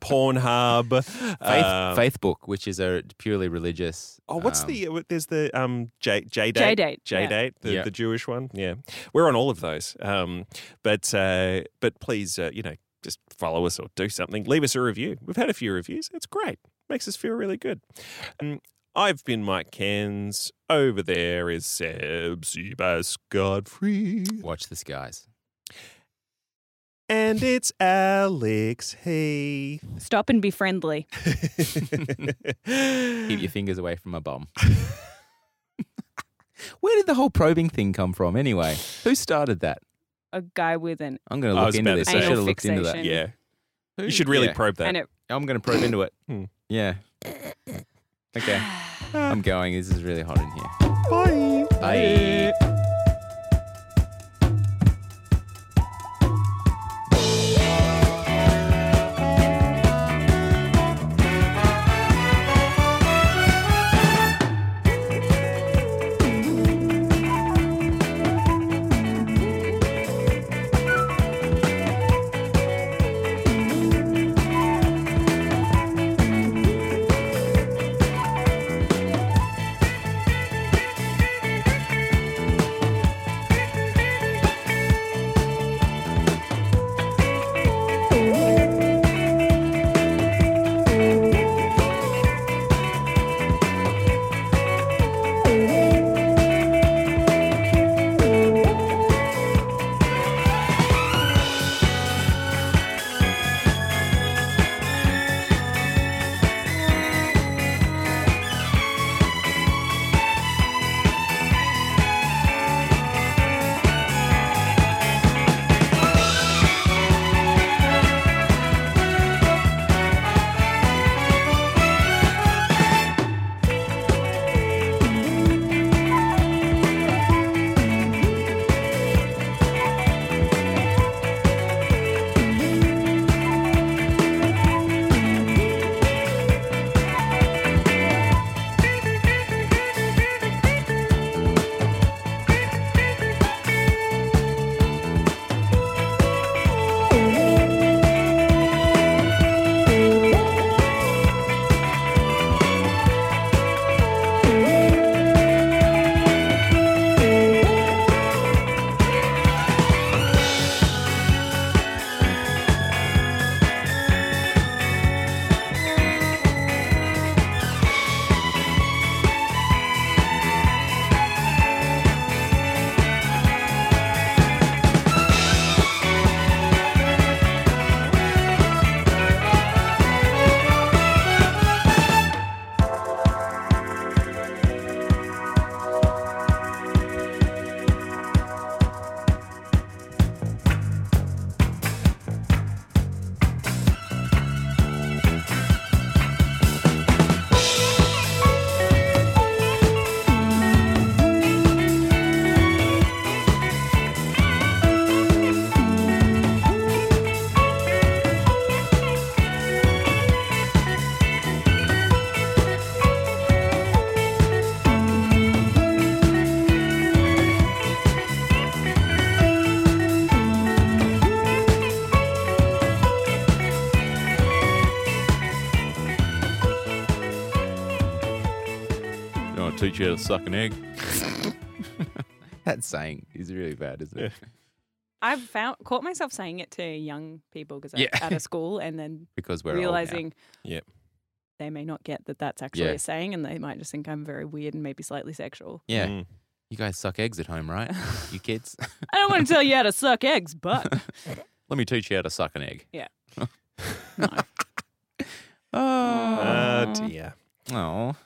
S2: Pornhub,
S3: Faith,
S2: um,
S3: Faith Book, which is a purely religious.
S2: Oh, what's
S3: um,
S2: the uh, there's the um J J
S4: J
S2: date
S4: date.
S2: J date the,
S3: Yeah.
S2: the Jewish one. Yeah, we're on all of those. Um, but uh, but please, uh, you know, just follow us or do something. Leave us a review. We've had a few reviews. It's great. Makes us feel really good. Um, I've been Mike Cairns. Over there is Seb Sebas Godfrey.
S3: Watch the skies.
S2: And it's Alex Heath.
S4: Stop and be friendly.
S3: Keep your fingers away from a bomb. Where did the whole probing thing come from, anyway? Who started that?
S4: A guy with an
S3: I'm going to
S2: I
S3: look
S2: was
S3: into
S2: about to
S3: this.
S2: say.
S3: I should have
S4: Anal
S3: looked into that.
S4: fixation.
S2: yeah,
S3: Who-
S2: you should really
S3: yeah,
S2: probe that.
S4: and it
S3: I'm going to probe into it.
S2: Hmm.
S3: Yeah. Okay. I'm going. This is really hot in here. Bye. Bye.
S9: teach you how to suck an egg.
S3: That saying is really bad, isn't it?
S4: I've found caught myself saying it to young people because
S3: Yeah.
S4: out of school, and then
S3: Because we're realizing.
S4: realizing
S2: Yep.
S4: they may not get that that's actually
S3: Yeah.
S4: a saying, and they might just think I'm very weird and maybe slightly sexual.
S3: Yeah,
S2: Mm.
S3: you guys suck eggs at home, right? you kids.
S4: I don't want to tell you how to suck eggs, but
S3: Let me teach you how to suck an egg.
S4: Yeah.
S3: oh.
S2: Oh dear.
S3: Oh.